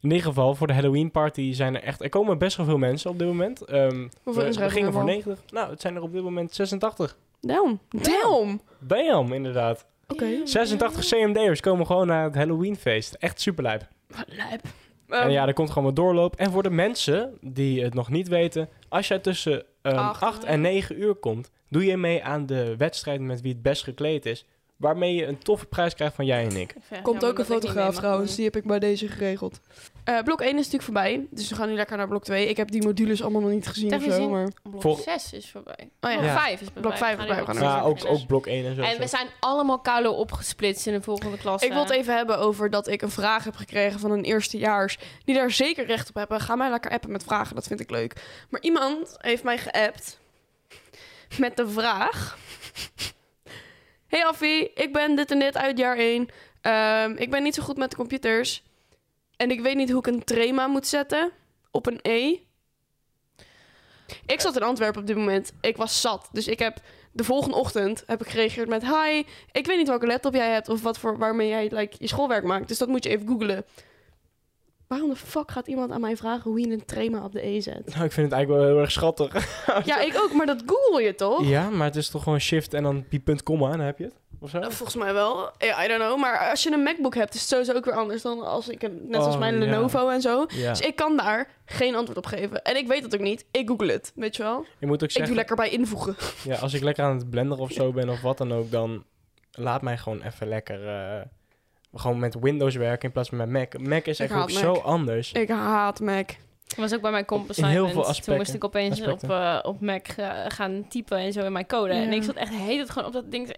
In ieder geval, voor de Halloween party zijn er echt... Er komen best wel veel mensen op dit moment. Ehm Hoeveel we, is er we op dit gingen voor moment? 90. Nou, het zijn er op dit moment 86. Damn. Damn. Bam, inderdaad. Oké. 86 CMD'ers komen gewoon naar het Halloweenfeest. Echt super Wat lijp. en Ehm, ja, er komt gewoon wat doorloop. En voor de mensen die het nog niet weten, als jij tussen ehm, Acht. 8 en 9 uur komt, doe je mee aan de wedstrijd met wie het best gekleed is. Waarmee je een toffe prijs krijgt van jij en ik. Komt ook een fotograaf trouwens, die heb ik bij deze geregeld. Eh, blok 1 is natuurlijk voorbij, dus we gaan nu lekker naar blok 2. Ik heb die modules allemaal nog niet gezien Heb of je zo, gezien? maar... Vol- Blok 6 is voorbij. Oh ja. Blok Ja. 5 is voorbij. Blok vijf is We voorbij, gaan nu we gaan Ja, naar naar blok ook, zes. ook blok 1 en zo. En we zijn allemaal koude opgesplitst in de volgende klas. Ik wil het even hebben over dat ik een vraag heb gekregen van een eerstejaars. Die daar zeker recht op hebben. Ga mij lekker appen met vragen, dat vind ik leuk. Maar iemand heeft mij geappt met de vraag... Hey Affie, ik ben dit en dit uit jaar 1. ik ben niet zo goed met de computers. En ik weet niet hoe ik een trema moet zetten op een E. Ik zat in Antwerpen op dit moment. Ik was zat. Dus ik heb de volgende ochtend heb ik gereageerd met... Hi, ik weet niet welke laptop jij hebt of wat voor, waarmee jij like, je schoolwerk maakt. Dus dat moet je even googlen. Waarom de fuck gaat iemand aan mij vragen hoe je een trema op de E zet? Nou, ik vind het eigenlijk wel heel erg schattig. Ja, ik ook, maar dat google je toch? Ja, maar het is toch gewoon shift en dan die punt komma, dan heb je het? Of zo? Nou, Volgens mij wel. Ja, I don't know. Maar als je een MacBook hebt, is het sowieso ook weer anders dan als ik een, net als Oh, mijn ja. Lenovo en zo. Ja. Dus ik kan daar geen antwoord op geven. En ik weet dat ook niet. Ik google het, weet je wel? Je moet ook Ik doe zeggen, lekker bij invoegen. ja, als ik lekker aan het blender of zo ben of wat dan ook, dan laat mij gewoon even lekker... eh, gewoon met Windows werken in plaats van met Mac. Mac is Ik echt haat ook zo Mac. anders. Ik haat Mac. was ook bij mijn comp In heel veel assignment. Toen moest aspecten- ik opeens op, aspecten. eh, op Mac eh, gaan typen en zo in mijn code. Ja. En ik zat echt de hele tijd gewoon op dat ding. te-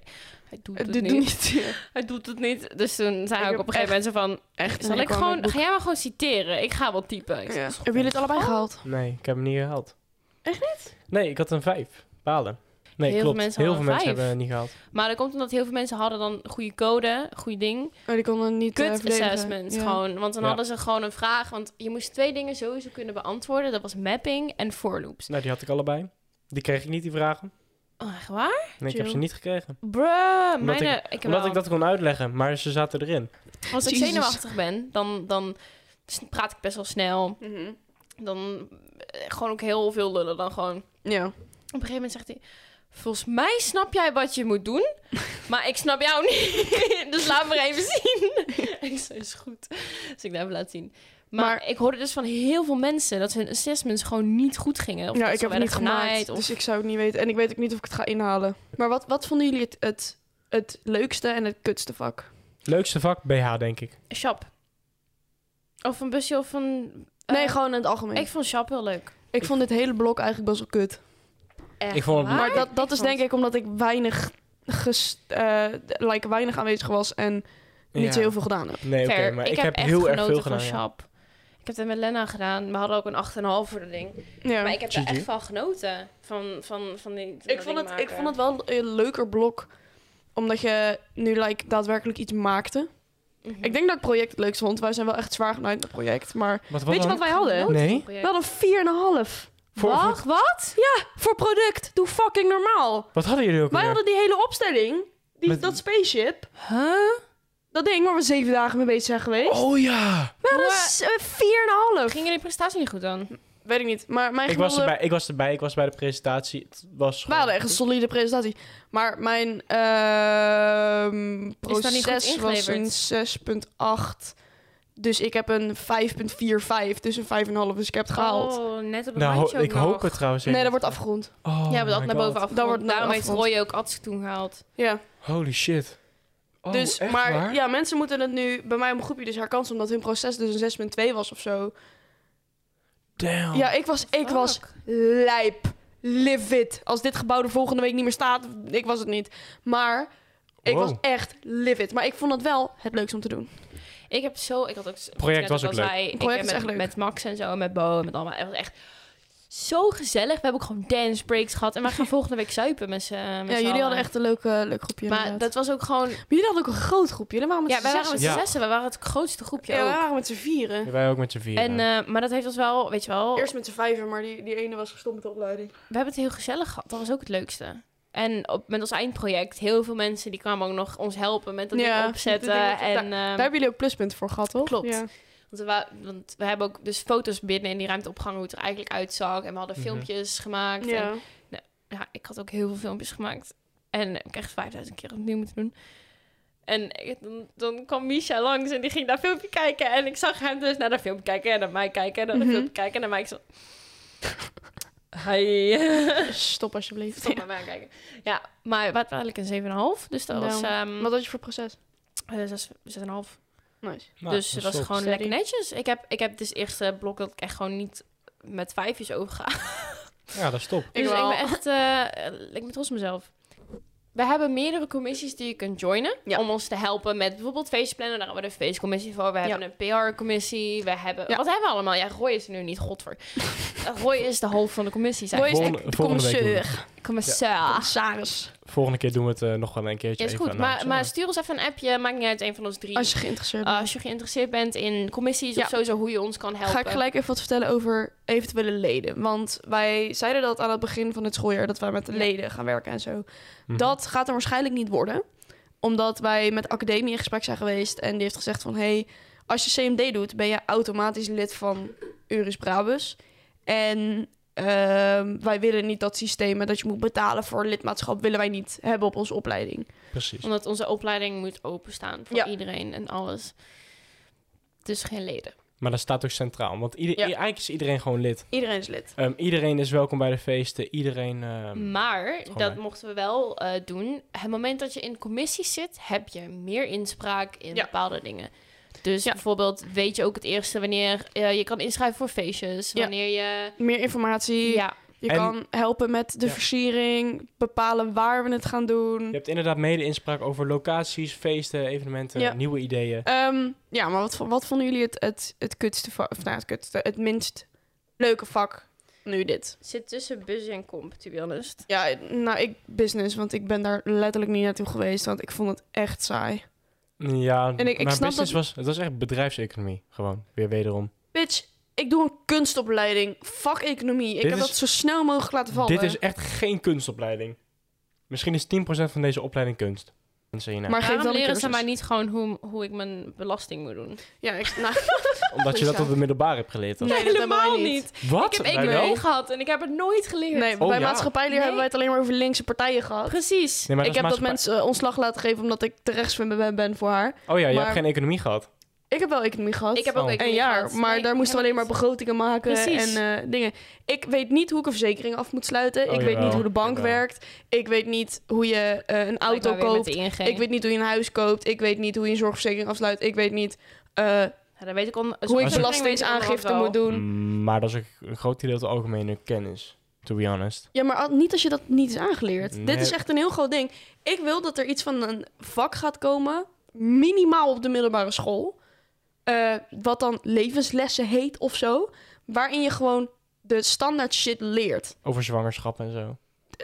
Hij doet het Dit doe niet. niet. Hij doet het niet. Dus toen zei hij Ik ook op een heb gegeven moment zo van... Echt. Zal ik gewoon... Ga jij maar gewoon citeren. Ik ga wel typen. Ik zei, Ja. Hebben jullie het allebei gehaald? Nee, ik heb hem niet gehaald. Echt niet? Nee, ik had een 5. Balen. Nee, Heel veel klopt. mensen Heel veel hadden mensen een hebben hem niet gehaald. Maar dat komt omdat heel veel mensen hadden dan goede code, goede ding. Oh, die konden niet eh, Kut verdedigen. assessment Ja. gewoon. Want dan Ja. hadden ze gewoon een vraag. Want je moest twee dingen sowieso kunnen beantwoorden. Dat was mapping en for loops. Nou, die had ik allebei. Die kreeg ik niet, die vragen. Oh, echt waar? Nee, ik heb Chill. ze niet gekregen. Bruh, Omdat mijne... Ik, heb Omdat wel. ik dat kon uitleggen, maar ze zaten erin. Als ik Jezus. zenuwachtig ben, dan, dan s- praat ik best wel snel. Mhm. Dan eh, gewoon ook heel veel lullen. Dan gewoon... Ja. Op een gegeven moment zegt hij... Volgens mij snap jij wat je moet doen, maar ik snap jou niet. dus laat maar even zien. ik zei, is goed. Dus ik dat even laten zien. Maar, Maar- ik hoorde dus van heel veel mensen dat hun assessments gewoon niet goed gingen. Of ja, dat ik ze heb het niet werden genaaid, gemaakt, Of... dus ik zou het niet weten. En ik weet ook niet of ik het ga inhalen. Maar wat, wat vonden jullie het, het, het leukste en het kutste vak? Leukste vak BH, denk ik. Shop. Of een busje of een... eh, nee, gewoon in het algemeen. Ik Ik, vond Shop heel leuk. vond dit hele blok eigenlijk best wel kut. Echt Ik vond het waar? Maar dat, dat is Ah, vond- denk ik omdat ik weinig, ges, eh, like, weinig aanwezig was en niet Ja. zo heel veel gedaan heb. Nee, oké, Fair. maar ik, heb echt heel erg genoten veel gedaan. van ja. Shop. Ik heb het met Lena gedaan. We hadden ook een 8,5 voor dat ding. Ja. Maar ik heb er GG. echt van genoten. Van, van, van die, van Ik dat vond, ding het, ik maken. vond het wel een leuker blok. Omdat je nu like, daadwerkelijk iets maakte. Mhm. Ik denk dat ik project het leukste vond. Wij zijn wel echt zwaar genuid naar het project. Maar Wat, weet je wat wij hadden? Nooit. Nee. We hadden een 4,5. Voor- voor- Wacht, Eh, wat? Ja, voor product. Doe fucking normaal. Wat hadden jullie ook Wij alweer? hadden die hele opstelling. Die, Met- Dat spaceship. Huh? Dat ding waar we zeven dagen mee bezig zijn geweest. Oh ja! We hadden Hoe- s- eh, 4,5. Ging jullie prestatie niet goed dan? Weet ik niet. Maar mijn Ik was, gemiddelde- erbij, eh, ik was erbij, ik was bij de presentatie. Het was We gewoon... hadden echt een solide presentatie. Maar mijn ehm, Is daar niet goed proces was een ingeleverd? 6,8. Dus ik heb een 5,45. Dus een 5,5. Dus ik heb het gehaald. Oh, net op het Nou, randje ho- ook ik hoop nog. het trouwens. nee, dat even. wordt afgerond. Oh ja, we hadden my ook naar boven God. af. Dat wordt naar Daarom heeft afgerond. Roy ook Atze toen gehaald. Ja. Holy shit. Oh, dus, echt maar waar? ja, mensen moeten het nu bij mij op mijn groepje dus herkansen. Omdat hun proces dus een 6,2 was of zo. Oh. Damn. Ja, ik was, ik was Oh, Fuck. lijp. Livid. Als dit gebouw de volgende week niet meer staat, ik was het niet. Maar ik Wow. was echt livid. Maar ik vond het wel het leukst om te doen. Ik heb zo... Ik had ook... project was net ook al leuk. zei, ik project heb is met, echt leuk. Met Max en zo, en met Bo en met allemaal. Het was echt zo gezellig. We hebben ook gewoon dance breaks gehad. En we gaan volgende week zuipen met z'n Ja, Ja, jullie hadden echt een leuk, eh, leuk groepje. Maar inderdaad. dat was ook gewoon... Maar jullie hadden ook een groot groepje. Jullie waren met Ja, z'n wij waren met zessen. z'n Ja. zessen. We waren het grootste groepje Ja, ook. wij waren met z'n vieren. Ja, Wij ook met z'n Nou, vier. En, eh, maar dat heeft ons wel, weet je wel, Eerst met z'n vijven, maar die, die ene was gestopt met de opleiding. we hebben het heel gezellig gehad. Dat was ook het leukste. En op, met ons eindproject, heel veel mensen die kwamen ook nog ons helpen met dat Ja, ding opzetten. dat ding- Nou, en, ehm, Daar hebben jullie ook pluspunten voor gehad, toch? Klopt. Ja. want, we, wa- want we hebben ook dus foto's binnen in die ruimte opgehangen hoe het er eigenlijk uitzag. En we hadden Mhm. filmpjes gemaakt. En, ja, ik had ook heel veel filmpjes gemaakt. En ik heb echt 5000 keer opnieuw moeten doen. En ik- dan, dan kwam Misha langs en die ging naar filmpje kijken. En ik zag hem dus naar dat filmpje kijken en naar mij kijken. En naar dat Mhm. filmpje kijken en naar mij. Ik zo... Hi. Stop alsjeblieft. Stop maar maar kijken. eh, Ja, maar wat eigenlijk een 7,5. Dus dat was Nou, ehm Wat had je voor proces? eh, zes- 6,5. Nice. Nou, dus het was gewoon Steady. lekker netjes. Ik heb, ik heb dus eerste blok dat ik echt gewoon niet met vijfjes overga. Ja, dat is top. Ik dus wel. ik ben echt... eh, ik ben trots op mezelf. We hebben meerdere commissies die je kunt joinen. Ja. Om ons te helpen met bijvoorbeeld feestplannen. Daar hebben we de feestcommissie voor. We Ja. hebben een PR-commissie. We hebben... Ja. Wat hebben we allemaal? Ja, Roy is er nu niet. Godver. Roy is de hoofd van de commissie. Zijn. Roy is Volgende- echt de volgende week doen we commisseur. Commissaris. Commissaris. Volgende keer doen we het eh, nog wel een keertje. Ja, is even goed. announcen, Maar, maar stuur ons even een appje. Maakt niet uit. Een van ons drie. Als je geïnteresseerd Uh, bent. als je geïnteresseerd bent in commissies Ja. of sowieso hoe je ons kan helpen. Ga ik gelijk even wat vertellen over eventuele leden. Want wij zeiden dat aan het begin van het schooljaar dat wij met de Ja. leden gaan werken en zo. Mhm. Dat gaat er waarschijnlijk niet worden. Omdat wij met de academie in gesprek zijn geweest. En die heeft gezegd van... Hey, als je CMD doet, ben je automatisch lid van Uris Brabus. En ehm, wij willen niet dat systeem dat je moet betalen voor lidmaatschap... willen wij niet hebben op onze opleiding. Precies. Omdat onze opleiding moet openstaan voor Ja. iedereen en alles. Dus geen leden. Maar dat staat ook centraal. Want ieder, Ja. eigenlijk is iedereen gewoon lid. Iedereen is lid. Ehm, iedereen is welkom bij de feesten. Iedereen... Mm. ehm, maar gewoon dat wij. mochten we wel eh, doen. Het moment dat je in commissies zit, heb je meer inspraak in Ja. bepaalde dingen. Dus Ja. bijvoorbeeld weet je ook het eerste wanneer eh, je kan inschrijven voor feestjes. Ja. Wanneer je... Meer informatie. Ja, Je En- kan helpen met de Ja. versiering. Bepalen waar we het gaan doen. Je hebt inderdaad mede inspraak over locaties, feesten, evenementen, Ja. nieuwe ideeën. Ehm, ja, maar wat, vo- wat vonden jullie het, het, het kutste vak? Of nou, het kutste, het minst leuke vak nu dit? zit tussen bus en comp, to be honest. Ja, nou, ik business, want ik ben daar letterlijk niet naartoe geweest, want ik vond het echt saai. Ja, En ik- ik maar snap business was... Het was echt bedrijfseconomie. Gewoon, weer wederom. Bitch, ik doe een kunstopleiding. Fuck economie. Ik Dit heb is- dat zo snel mogelijk laten vallen. Dit is echt geen kunstopleiding. Misschien is 10% van deze opleiding kunst. Dan zeg je nou. Maar geef Waarom dan een leren ze cursus. mij niet gewoon hoe, hoe ik mijn belasting moet doen? Ja, ik, nou, Omdat je dat Lisa. op de middelbare hebt geleerd. dan? Nee, dat hebben wij helemaal niet. niet. Wat? Ik heb Wij één keer wel? één gehad en ik heb het nooit geleerd. Nee, Oh, bij ja. maatschappijleer Nee. hebben wij het alleen maar over linkse partijen gehad. Precies. Nee, maar ik heb dat maatschappij- mensen eh, ontslag laten geven omdat ik te rechtsvrienden ben, ben voor haar. Oh ja, je hebt maar- geen economie gehad. Ik heb wel economie gehad. Ik heb ook Oh. een economie jaar, gehad. maar Nee, daar moesten we alleen maar helemaal begrotingen maken Precies. en eh, dingen. Ik weet niet hoe ik een verzekering af moet sluiten. Oh, ik weet jawel, niet hoe de bank jawel. werkt. Ik weet niet hoe je eh, een niet. auto Blijkbaar weer met koopt. de ING. Ik weet niet hoe je een huis koopt. Ik weet niet hoe je een zorgverzekering afsluit. Ik weet niet eh, Ja, dat weet ik on- hoe ik verzekering belastingaangifte moet doen. Mm, maar dat is ook een groot deel de algemene kennis. To be honest. Ja, maar al- niet als je dat niet is aangeleerd. Nee. Dit is echt een heel groot ding. Ik wil dat er iets van een vak gaat komen, minimaal op de middelbare school, eh, wat dan levenslessen heet of zo, waarin je gewoon de standaard shit leert. Over zwangerschap en zo.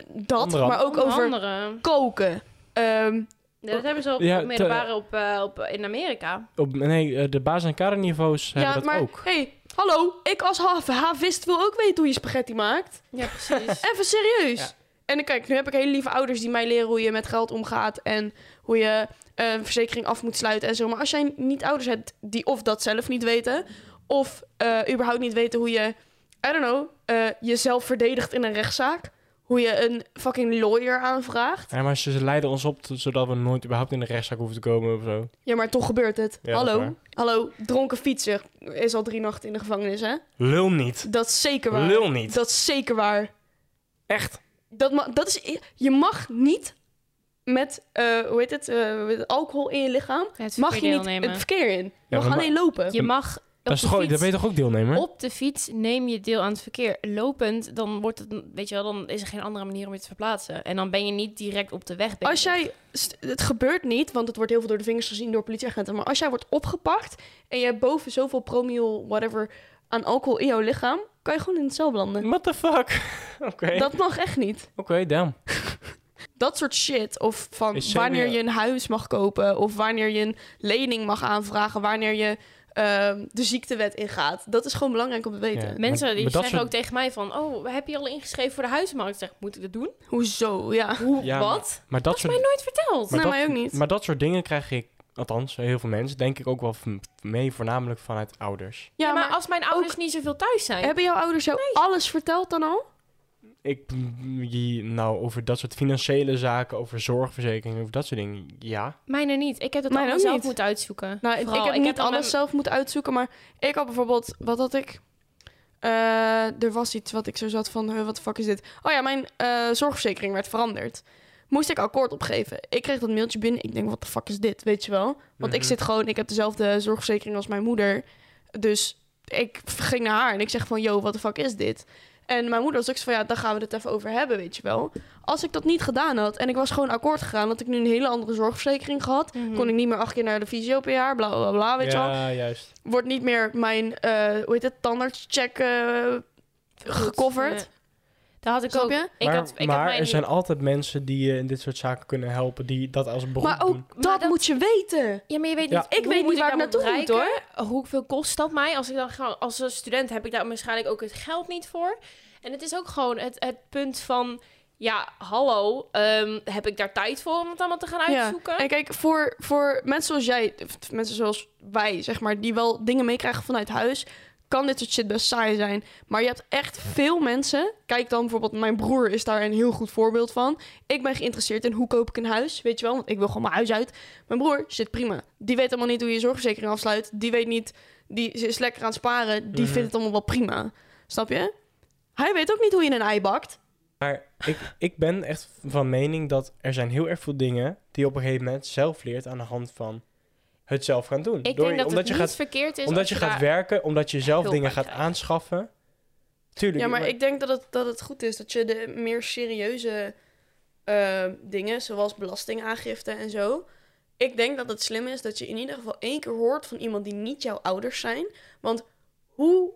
Dat, Onder andere. maar ook over Anderen. koken. Ehm, dat hebben ze op Ja, op middelbare op, eh, op, in Amerika. Op, nee, eh, de basis- en kaderniveaus ja, hebben dat maar ook. hey, hallo, ik als hav- havist wil ook weten hoe je spaghetti maakt. Ja, precies. Even serieus. Ja. En dan kijk, nu heb ik hele lieve ouders die mij leren hoe je met geld omgaat en hoe je eh, een verzekering af moet sluiten en zo. Maar als jij niet ouders hebt die of dat zelf niet weten, of eh, überhaupt niet weten hoe je, I don't know, eh, jezelf verdedigt in een rechtszaak, hoe je een fucking lawyer aanvraagt. Ja, maar ze leiden ons op t- zodat we nooit überhaupt in de rechtszaak hoeven te komen of zo. Ja, maar toch gebeurt het. Ja, dat is Hallo, waar. hallo, dronken fietser is al drie nachten in de gevangenis, hè? Lul niet. Dat is zeker waar. Lul niet. Dat is zeker waar. Echt. Dat, ma- dat is, je mag niet met, eh, hoe heet het, eh, met alcohol in je lichaam, Het mag je verkeer niet deelnemen. het verkeer in. Je Ja, mag maar- alleen lopen. Je mag op Dat, is de toch ook- fiets- dat ben je toch ook deelnemer? op de fiets neem je deel aan het verkeer. Lopend, dan wordt het, weet je wel, dan is er geen andere manier om je te verplaatsen. En dan ben je niet direct op de weg. bezig. Als jij, st- het gebeurt niet, want het wordt heel veel door de vingers gezien door politieagenten, maar als jij wordt opgepakt en je hebt boven zoveel promiel, whatever, aan alcohol in jouw lichaam, kan je gewoon in het cel belanden. What the fuck? Oké, oké, Dat mag echt niet. damn. Dat soort shit. Of van Is zeker- wanneer je een huis mag kopen. Of wanneer je een lening mag aanvragen. Wanneer je ehm, de ziektewet ingaat. Dat is gewoon belangrijk om te weten. Ja. Mensen Maar- die maar dat zeggen soort- ook tegen mij van, oh, heb je al ingeschreven voor de huismarkt? Ik Zeg, moet ik dat doen? Hoezo? Ja. Hoe, Ja, wat? Maar dat, soort, Nooit verteld. Maar nee, dat- mij ook niet. maar dat soort dingen krijg ik, althans heel veel mensen, denk ik ook wel van- mee, voornamelijk vanuit ouders. ja, maar, als mijn ouders niet zoveel thuis zijn. hebben jouw ouders jou alles verteld dan al? Ik, mm, je- nou, over dat soort financiële zaken, over zorgverzekeringen, over dat soort dingen, ja. Mijne niet. Ik heb dat Mijn allemaal ook zelf niet. moeten uitzoeken. Nou, ik- Vooral, ik heb niet dan alles mijn- zelf moeten uitzoeken. Maar ik had bijvoorbeeld... Wat had ik? Eh, er was iets wat ik zo zat van... Wat de fuck is dit? Oh ja, mijn eh, zorgverzekering werd veranderd. Moest ik akkoord opgeven. Ik kreeg dat mailtje binnen. Ik denk, wat de fuck is dit? Weet je wel? Want ik Mhm. zit gewoon... Ik heb dezelfde zorgverzekering als mijn moeder. Dus ik ging naar haar en ik zeg van... Yo, wat de fuck is dit? En mijn moeder was ook zo van... Ja, daar gaan we het even over hebben, weet je wel? Als ik dat niet gedaan had... En ik was gewoon akkoord gegaan... Had ik nu een hele andere zorgverzekering gehad. Mhm. Kon ik niet meer acht keer naar de fysio per jaar, bla bla bla, weet je wel. Ja, juist. Wordt niet meer mijn, eh hoe heet het, tandartscheck eh gecoverd. Nee. Dat had ik Snap ook. je? Ik maar had, ik maar had mijn... er zijn altijd mensen die je in dit soort zaken kunnen helpen, die dat als beroep Maar doen. ook dat, dat- moet je weten. Ja, maar je weet Ja. niet. Ik hoe weet moet niet waar ik daar naartoe moet, hoor. bereiken? Hoeveel kost dat mij? Als ik dan ga, als een student heb ik daar waarschijnlijk ook het geld niet voor. En het is ook gewoon het, het punt van. Ja, hallo. ehm, heb ik daar tijd voor om het allemaal te gaan uitzoeken? Ja. En kijk, voor, voor mensen zoals jij, of mensen zoals wij, zeg maar, die wel dingen meekrijgen vanuit huis, kan dit soort shit best saai zijn. Maar je hebt echt veel mensen. Kijk dan bijvoorbeeld, mijn broer is daar een heel goed voorbeeld van. Ik ben geïnteresseerd in hoe koop ik een huis, weet je wel, want ik wil gewoon mijn huis uit. Mijn broer zit prima. Die weet helemaal niet hoe je je zorgverzekering afsluit. Die weet niet, die is lekker aan het sparen. Die Mhm. vindt het allemaal wel prima. Snap je? Hij weet ook niet hoe je een ei bakt. Maar ik, ik ben echt van mening dat er zijn heel erg veel dingen die je op een gegeven moment zelf leert aan de hand van het zelf gaan doen. ik Door denk je- dat omdat het je niet gaat, verkeerd is. omdat als je gaat daar- werken, omdat je zelf hulp dingen bij gaat krijgt. aanschaffen. Tuurlijk. Ja, maar ik denk dat het, dat het goed is dat je de meer serieuze eh, dingen, zoals belastingaangifte en zo. Ik denk dat het slim is dat je in ieder geval één keer hoort van iemand die niet jouw ouders zijn. Want hoe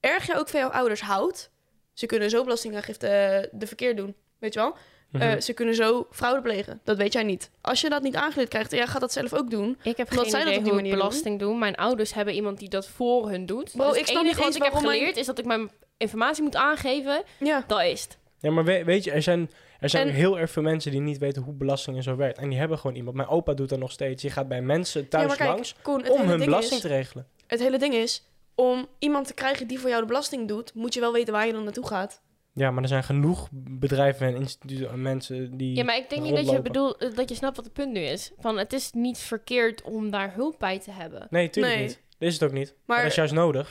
erg je ook van jouw ouders houdt, ze kunnen zo belastingaangifte eh, de verkeer doen. Weet je wel? Mhm. Eh, ze kunnen zo fraude plegen. Dat weet jij niet. Als je dat niet aangeleerd krijgt, ja, gaat dat zelf ook doen. Ik heb Omdat geen zij dat idee op die hoe ik manier belasting doen. Mijn ouders hebben iemand die dat voor hun doet. Bro, Dus ik snap het niet enige wat eens ik heb waarom mijn- geleerd is dat ik mijn informatie moet aangeven. Ja. Dat is het. Ja, maar we- weet je, er zijn, er zijn En- heel erg veel mensen die niet weten hoe belasting en zo werkt. En die hebben gewoon iemand. Mijn opa doet dat nog steeds. Je gaat bij mensen thuis ja, maar kijk, langs Koen, het om hele hun ding belasting is- te regelen. het hele ding is, om iemand te krijgen die voor jou de belasting doet, moet je wel weten waar je dan naartoe gaat. Ja, maar er zijn genoeg bedrijven en instituten en mensen die... Ja, maar ik denk niet dat je, rondlopen. bedoelt, eh, dat je snapt wat het punt nu is. Van, het is niet verkeerd om daar hulp bij te hebben. Nee, tuurlijk Nee. niet. Dat is het ook niet. Maar Maar- dat is juist nodig.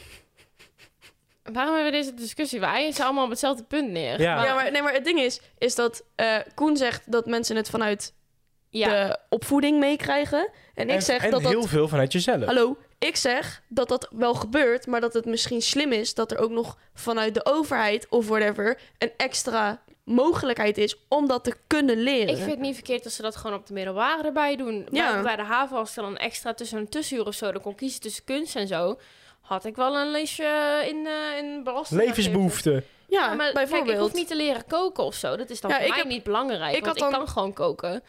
Waarom hebben we deze discussie? We eigen ze allemaal op hetzelfde punt neer. Ja. Ja, maar, nee, maar het ding is, is dat eh, Koen zegt dat mensen het vanuit ja. de opvoeding meekrijgen. En ik En- zeg en dat dat... heel veel vanuit jezelf. Hallo, ik zeg dat dat wel gebeurt, maar dat het misschien slim is dat er ook nog vanuit de overheid of whatever een extra mogelijkheid is om dat te kunnen leren. Ik vind het niet verkeerd dat ze dat gewoon op de middelbare erbij doen. Ja. Bij, bij de haven was er dan extra tussen een tussenuur of zo. Dan kon ik kiezen tussen kunst en zo. Had ik wel een lesje in, eh in belasting. Levensbehoeften. ja, Ja, maar bijvoorbeeld. Kijk, ik hoef niet te leren koken of zo. Dat is dan Ja, voor ik mij heb- niet belangrijk. ik want had dan- ik kan gewoon koken.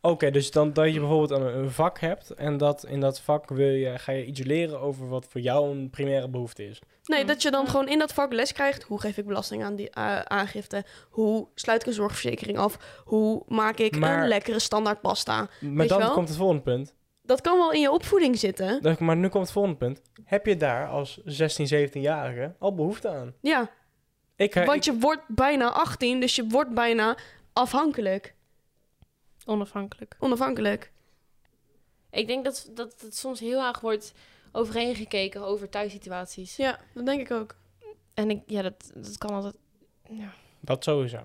Oké, dus dan dat je bijvoorbeeld een een vak hebt en dat in dat vak wil je, ga je iets leren over wat voor jou een primaire behoefte is. Nee, dat je dan gewoon in dat vak les krijgt. Hoe geef ik belasting aan die eh, aangifte? Hoe sluit ik een zorgverzekering af? Hoe maak ik Maar- een lekkere standaard pasta? Maar Weet je dan wel? komt het volgende punt. Dat kan wel in je opvoeding zitten. Dat- Maar nu komt het volgende punt. Heb je daar als 16, 17-jarige al behoefte aan? Ja, Ik, eh, want je wordt bijna 18, dus je wordt bijna afhankelijk, Onafhankelijk. onafhankelijk. Ik denk dat, dat het soms heel erg wordt overheen gekeken over thuissituaties. Ja, dat denk ik ook. En ik, ja, dat, dat kan altijd... Ja. ik- dat sowieso.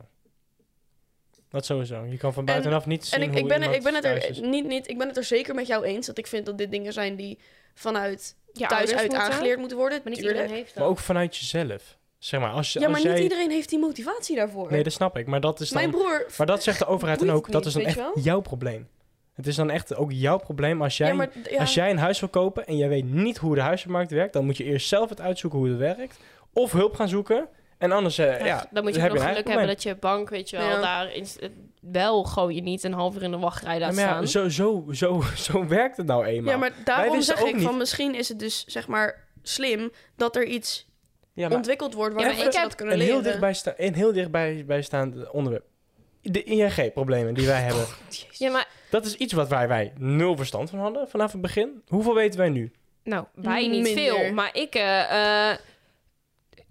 Dat sowieso. Je kan van buitenaf niet zien En ik, hoe ik, ben, iemand ik, ben het thuis er, is. niet, niet, ik ben het er zeker met jou eens dat ik vind dat dit dingen zijn die vanuit Ja, thuis ouders uit moeten, aangeleerd moeten worden. Maar niet tuurlijk. iedereen heeft dat. Maar ook vanuit jezelf. Zeg maar, als, je- ja, als maar jij... niet iedereen heeft die motivatie daarvoor. Nee, dat snap ik. Maar dat is dan... Mijn broer Maar dat zegt de overheid dan boeit ook. het Dat niet, is dan weet je echt wel? jouw probleem. Het is dan echt ook jouw probleem. Als jij, ja, maar, ja. als jij een huis wil kopen en jij weet niet hoe de huizenmarkt werkt, dan moet je eerst zelf het uitzoeken hoe het werkt. Of hulp gaan zoeken. En anders, eh, ja, dan moet je heb ook nog een geluk eigen hebben probleem. dat je bank, weet je wel, Ja. daar is, het- wel gewoon je niet een half uur in de wachtrij Ja, laat Nou, maar ja, staan. zo, zo, zo, zo werkt het nou eenmaal. ja, maar daarom wisten zeg ook ik niet- van misschien is het dus zeg maar slim dat er iets Ja, maar ontwikkeld wordt Ja, waardoor maar ze ik heb dat kunnen een heel leren. dichtbij, sta- een heel dichtbij bij staand onderwerp. De ING-problemen die wij hebben. Ja, maar Dat is iets wat wij, wij nul verstand van hadden vanaf het begin. Hoeveel weten wij nu? Nou, wij niet Minder. veel. Maar ik, eh, eh,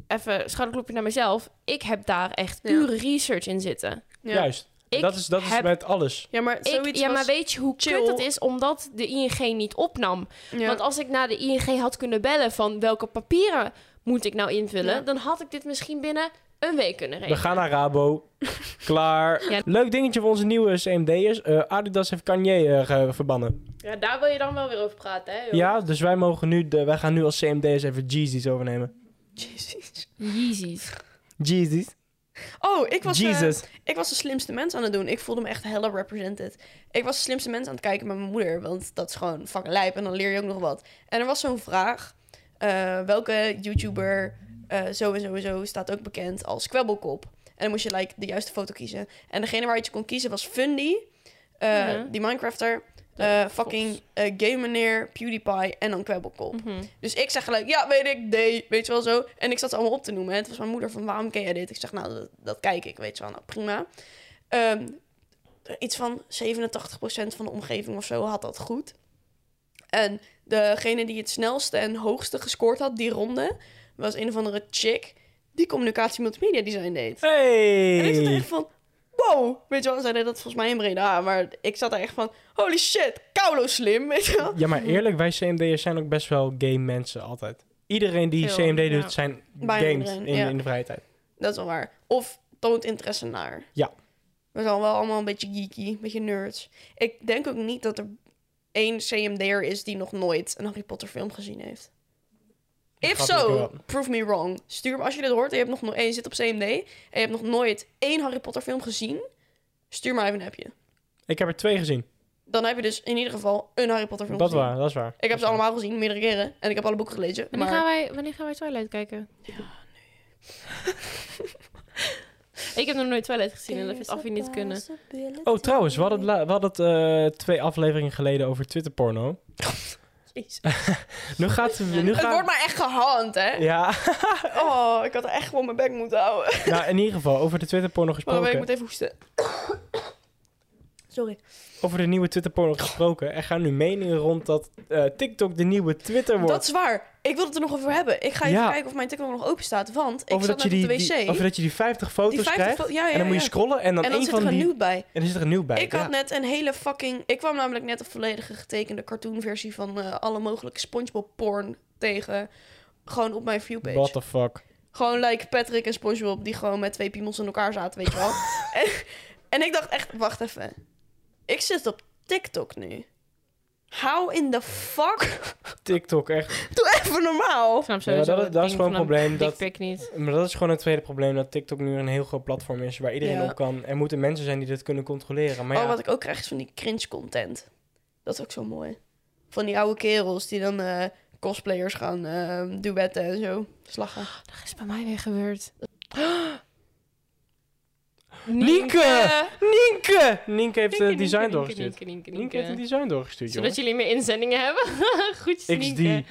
even schouderklopje naar mezelf. Ik heb daar echt Ja. uren research in zitten. Ja. Juist. Ik dat is, dat is heb- met alles. Ja, maar zoiets Ik, ja, was- maar weet je hoe chill. kut dat is? Omdat de ING niet opnam. ja. Want als ik naar de ING had kunnen bellen van welke papieren moet ik nou invullen, Ja. dan had ik dit misschien binnen een week kunnen We regelen. gaan naar Rabo. Klaar. Ja. Leuk dingetje voor onze nieuwe CMD'ers. Eh, Adidas heeft Kanye eh, ge- verbannen. Ja, daar wil je dan wel weer over praten, hè? joh. Ja, dus wij, mogen nu de, wij gaan nu als CMD'ers even Jeezys overnemen. Jezus. Jeezys. Jeezys. Oh, ik was, eh, Jesus. ik was de slimste mens aan het doen. Ik voelde me echt hella represented. Ik was de slimste mens aan het kijken met mijn moeder. Want dat is gewoon fucking lijp en dan leer je ook nog wat. En er was zo'n vraag. eh, welke YouTuber eh, zo en zo en zo staat ook bekend als kwebbelkop? En dan moest je like, de juiste foto kiezen. En degene waar je kon kiezen was Fundy. eh, Mhm. Die Minecrafter. De eh, Fox. fucking eh, Game Meneer, PewDiePie en dan Kwebbelkop. Mhm. Dus ik zeg gelijk, ja, weet ik, nee, weet je wel zo. En ik zat ze allemaal op te noemen. En het was mijn moeder van, waarom ken jij dit? Ik zeg, nou, dat, dat kijk ik, weet je wel, nou, prima. Ehm, iets van 87% van de omgeving of zo had dat goed. En degene die het snelste en hoogste gescoord had, die ronde, was een of andere chick die communicatie multimedia design deed. En ik zat er Hey. echt van, wow, weet je wel, zij deed dat volgens mij in Breda. Maar ik zat er echt van, holy shit, koulo slim, weet je wel. Ja, maar eerlijk, wij CMD'ers zijn ook best wel game mensen altijd. Iedereen die Veel, CMD ja. doet, zijn Bijna gamed iedereen, in, ja. in de vrije tijd. Dat is wel waar. Of toont interesse naar. Ja. We zijn wel allemaal een beetje geeky, een beetje nerds. Ik denk ook niet dat er één CMD'er is die nog nooit een Harry Potter film gezien heeft. If Grappig so, wel. prove me wrong. Stuur me als je dit hoort en je, hebt nog, no- en je zit op CMD en je hebt nog nooit één Harry Potter film gezien. Stuur mij even een appje. Ik heb er twee gezien. Dan heb je dus in ieder geval een Harry Potter film Dat gezien. waar, dat is waar. Ik heb ze allemaal gezien, meerdere keren. En ik heb alle boeken gelezen. Wanneer, maar gaan wij, wanneer gaan wij Twilight kijken? Ja, nee. ik heb nog nooit Twilight gezien en dat vind ik af en niet kunnen. Oh, trouwens, we hadden, het la- we hadden het eh, twee afleveringen geleden over Twitterporno. Jezus. Nu gaat... Nu Het wordt gaat maar echt gehand, hè? ja, Oh, ik had echt gewoon mijn bek moeten houden. nou in ieder geval, over de Twitterporno Maar ik gesproken. moet even hoesten. Sorry. Over de nieuwe Twitter-porno gesproken. Er gaan nu meningen rond dat eh, TikTok de nieuwe Twitter wordt. Dat is waar. Ik wil het er nog over hebben. Ik ga even Ja. kijken of mijn TikTok nog open staat. Want ik over zat dat je net die, op de wc. die- over dat je die 50 foto's die 50 krijgt. fo- ja, ja, en dan moet je ja. scrollen en dan, en dan één zit er van een die... nieuw bij. En er zit er een nieuw bij. Ik had ja. net een hele fucking... Ik kwam namelijk net een volledige getekende cartoonversie van eh, alle mogelijke Spongebob porn tegen. Gewoon op mijn viewpage. What the fuck. Gewoon like Patrick en Spongebob die gewoon met twee piemels in elkaar zaten, weet je wel. en, en ik dacht echt, wacht even. Ik zit op TikTok nu. How in the fuck? TikTok, echt. Doe even normaal. Ik snap Ja, maar sowieso dat, het dat is ding gewoon een van probleem. Dat, dikpik niet. maar dat is gewoon het tweede probleem. Dat TikTok nu een heel groot platform is waar iedereen Ja. op kan. Er moeten mensen zijn die dit kunnen controleren. Maar oh, ja, wat ik ook krijg is van die cringe content. Dat is ook zo mooi. Van die oude kerels die dan eh, cosplayers gaan eh, duetten en zo. Slaggen. Dat is bij mij weer gebeurd. Nienke! Nienke! Nienke heeft Nienke, het design Nienke, doorgestuurd. Nienke, Nienke, Nienke Nienke. heeft het design doorgestuurd, Zodat jongens. jullie meer inzendingen hebben. Goed, XD. Nienke.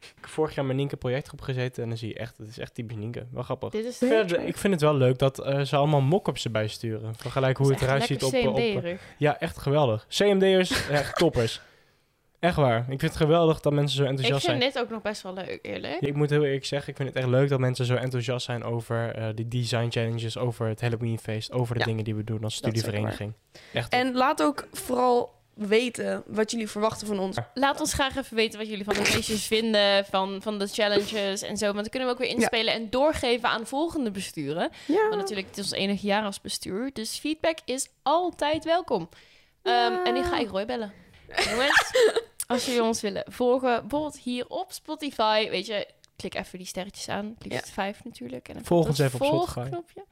Ik heb vorig jaar met Nienke projectgroep gezeten en dan zie je echt, het is echt typisch Nienke. Wel grappig. Dit is Verder, ik vind het wel leuk dat eh, ze allemaal mock-ups erbij sturen. Van gelijk hoe het eruit ziet op... eh, op eh, ja, echt geweldig. CMD'ers, echt toppers. Echt waar. Ik vind het geweldig dat mensen zo Ik enthousiast vind zijn. dit ook nog best wel leuk, eerlijk. Ja, ik moet heel eerlijk zeggen, ik vind het echt leuk dat mensen zo enthousiast zijn over eh die design challenges, over het Halloweenfeest, over de Ja. dingen die we doen als Dat is studievereniging. Echt. En laat ook vooral weten wat jullie verwachten van ons. Laat ons graag even weten wat jullie van de feestjes vinden, van, van de challenges en zo. Want dan kunnen we ook weer inspelen en doorgeven aan volgende besturen. Ja. Want natuurlijk, het is ons enige jaar als bestuur. Dus feedback is altijd welkom. Ehm, Ja. En nu ga ik Roy bellen. Jongens, als jullie ons willen volgen, bijvoorbeeld hier op Spotify, weet je, klik even die sterretjes aan. Het liefst vijf natuurlijk. En dan Volg komt ons even op dat Spotify. volgknopje.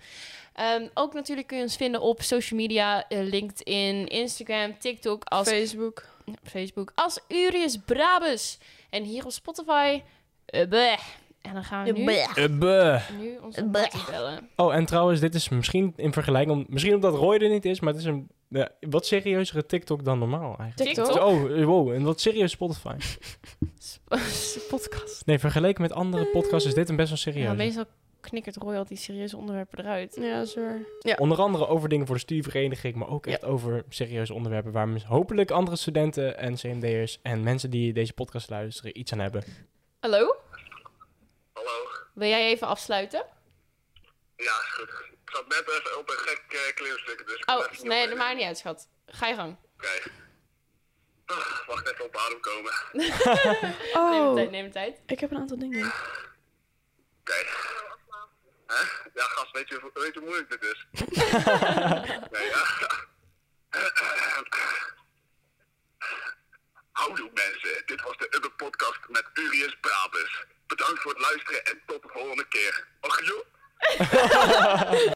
Ehm, ook natuurlijk kun je ons vinden op social media, eh, LinkedIn, Instagram, TikTok, als Facebook. op Facebook als Urius Brabus. En hier op Spotify. eh, bleh. En dan gaan we nu, Blech. Eh, buh. nu onze Bleh. Mattie bellen. Oh, en trouwens, dit is misschien in vergelijking, om, misschien omdat Roy er niet is, maar het is een ja, wat serieuzere TikTok dan normaal eigenlijk. TikTok? TikTok? Oh, eh, wow, een wat serieus Spotify. Sp- podcast. Nee, vergeleken met andere podcasts is dit een best wel Ja, serieus. meestal knikkert Roy al die serieuze onderwerpen eruit. Ja, dat is waar. Onder andere over dingen voor de studievereniging, maar ook echt over serieuze onderwerpen waar mis- hopelijk andere studenten en CMD'ers en mensen die deze podcast luisteren iets aan hebben. Hallo? Hallo. Wil jij even afsluiten? Ja, goed. Ik zat net even op een gek eh klimstuk, dus... ik moet Oh, even nee, opnemen. dat maakt niet uit, schat. Ga je gang. Oké. Ah, wacht even op adem komen. Oké. Neem de Oh, tijd, neem de tijd. ik heb een aantal dingen. Hè? Ja, gast, weet je, hoe- weet je hoe moeilijk dit is? nee, ja. Houdoe mensen, dit was de Ubbe Podcast met Urius Brabus. Bedankt voor het luisteren en tot de volgende keer. Och joh.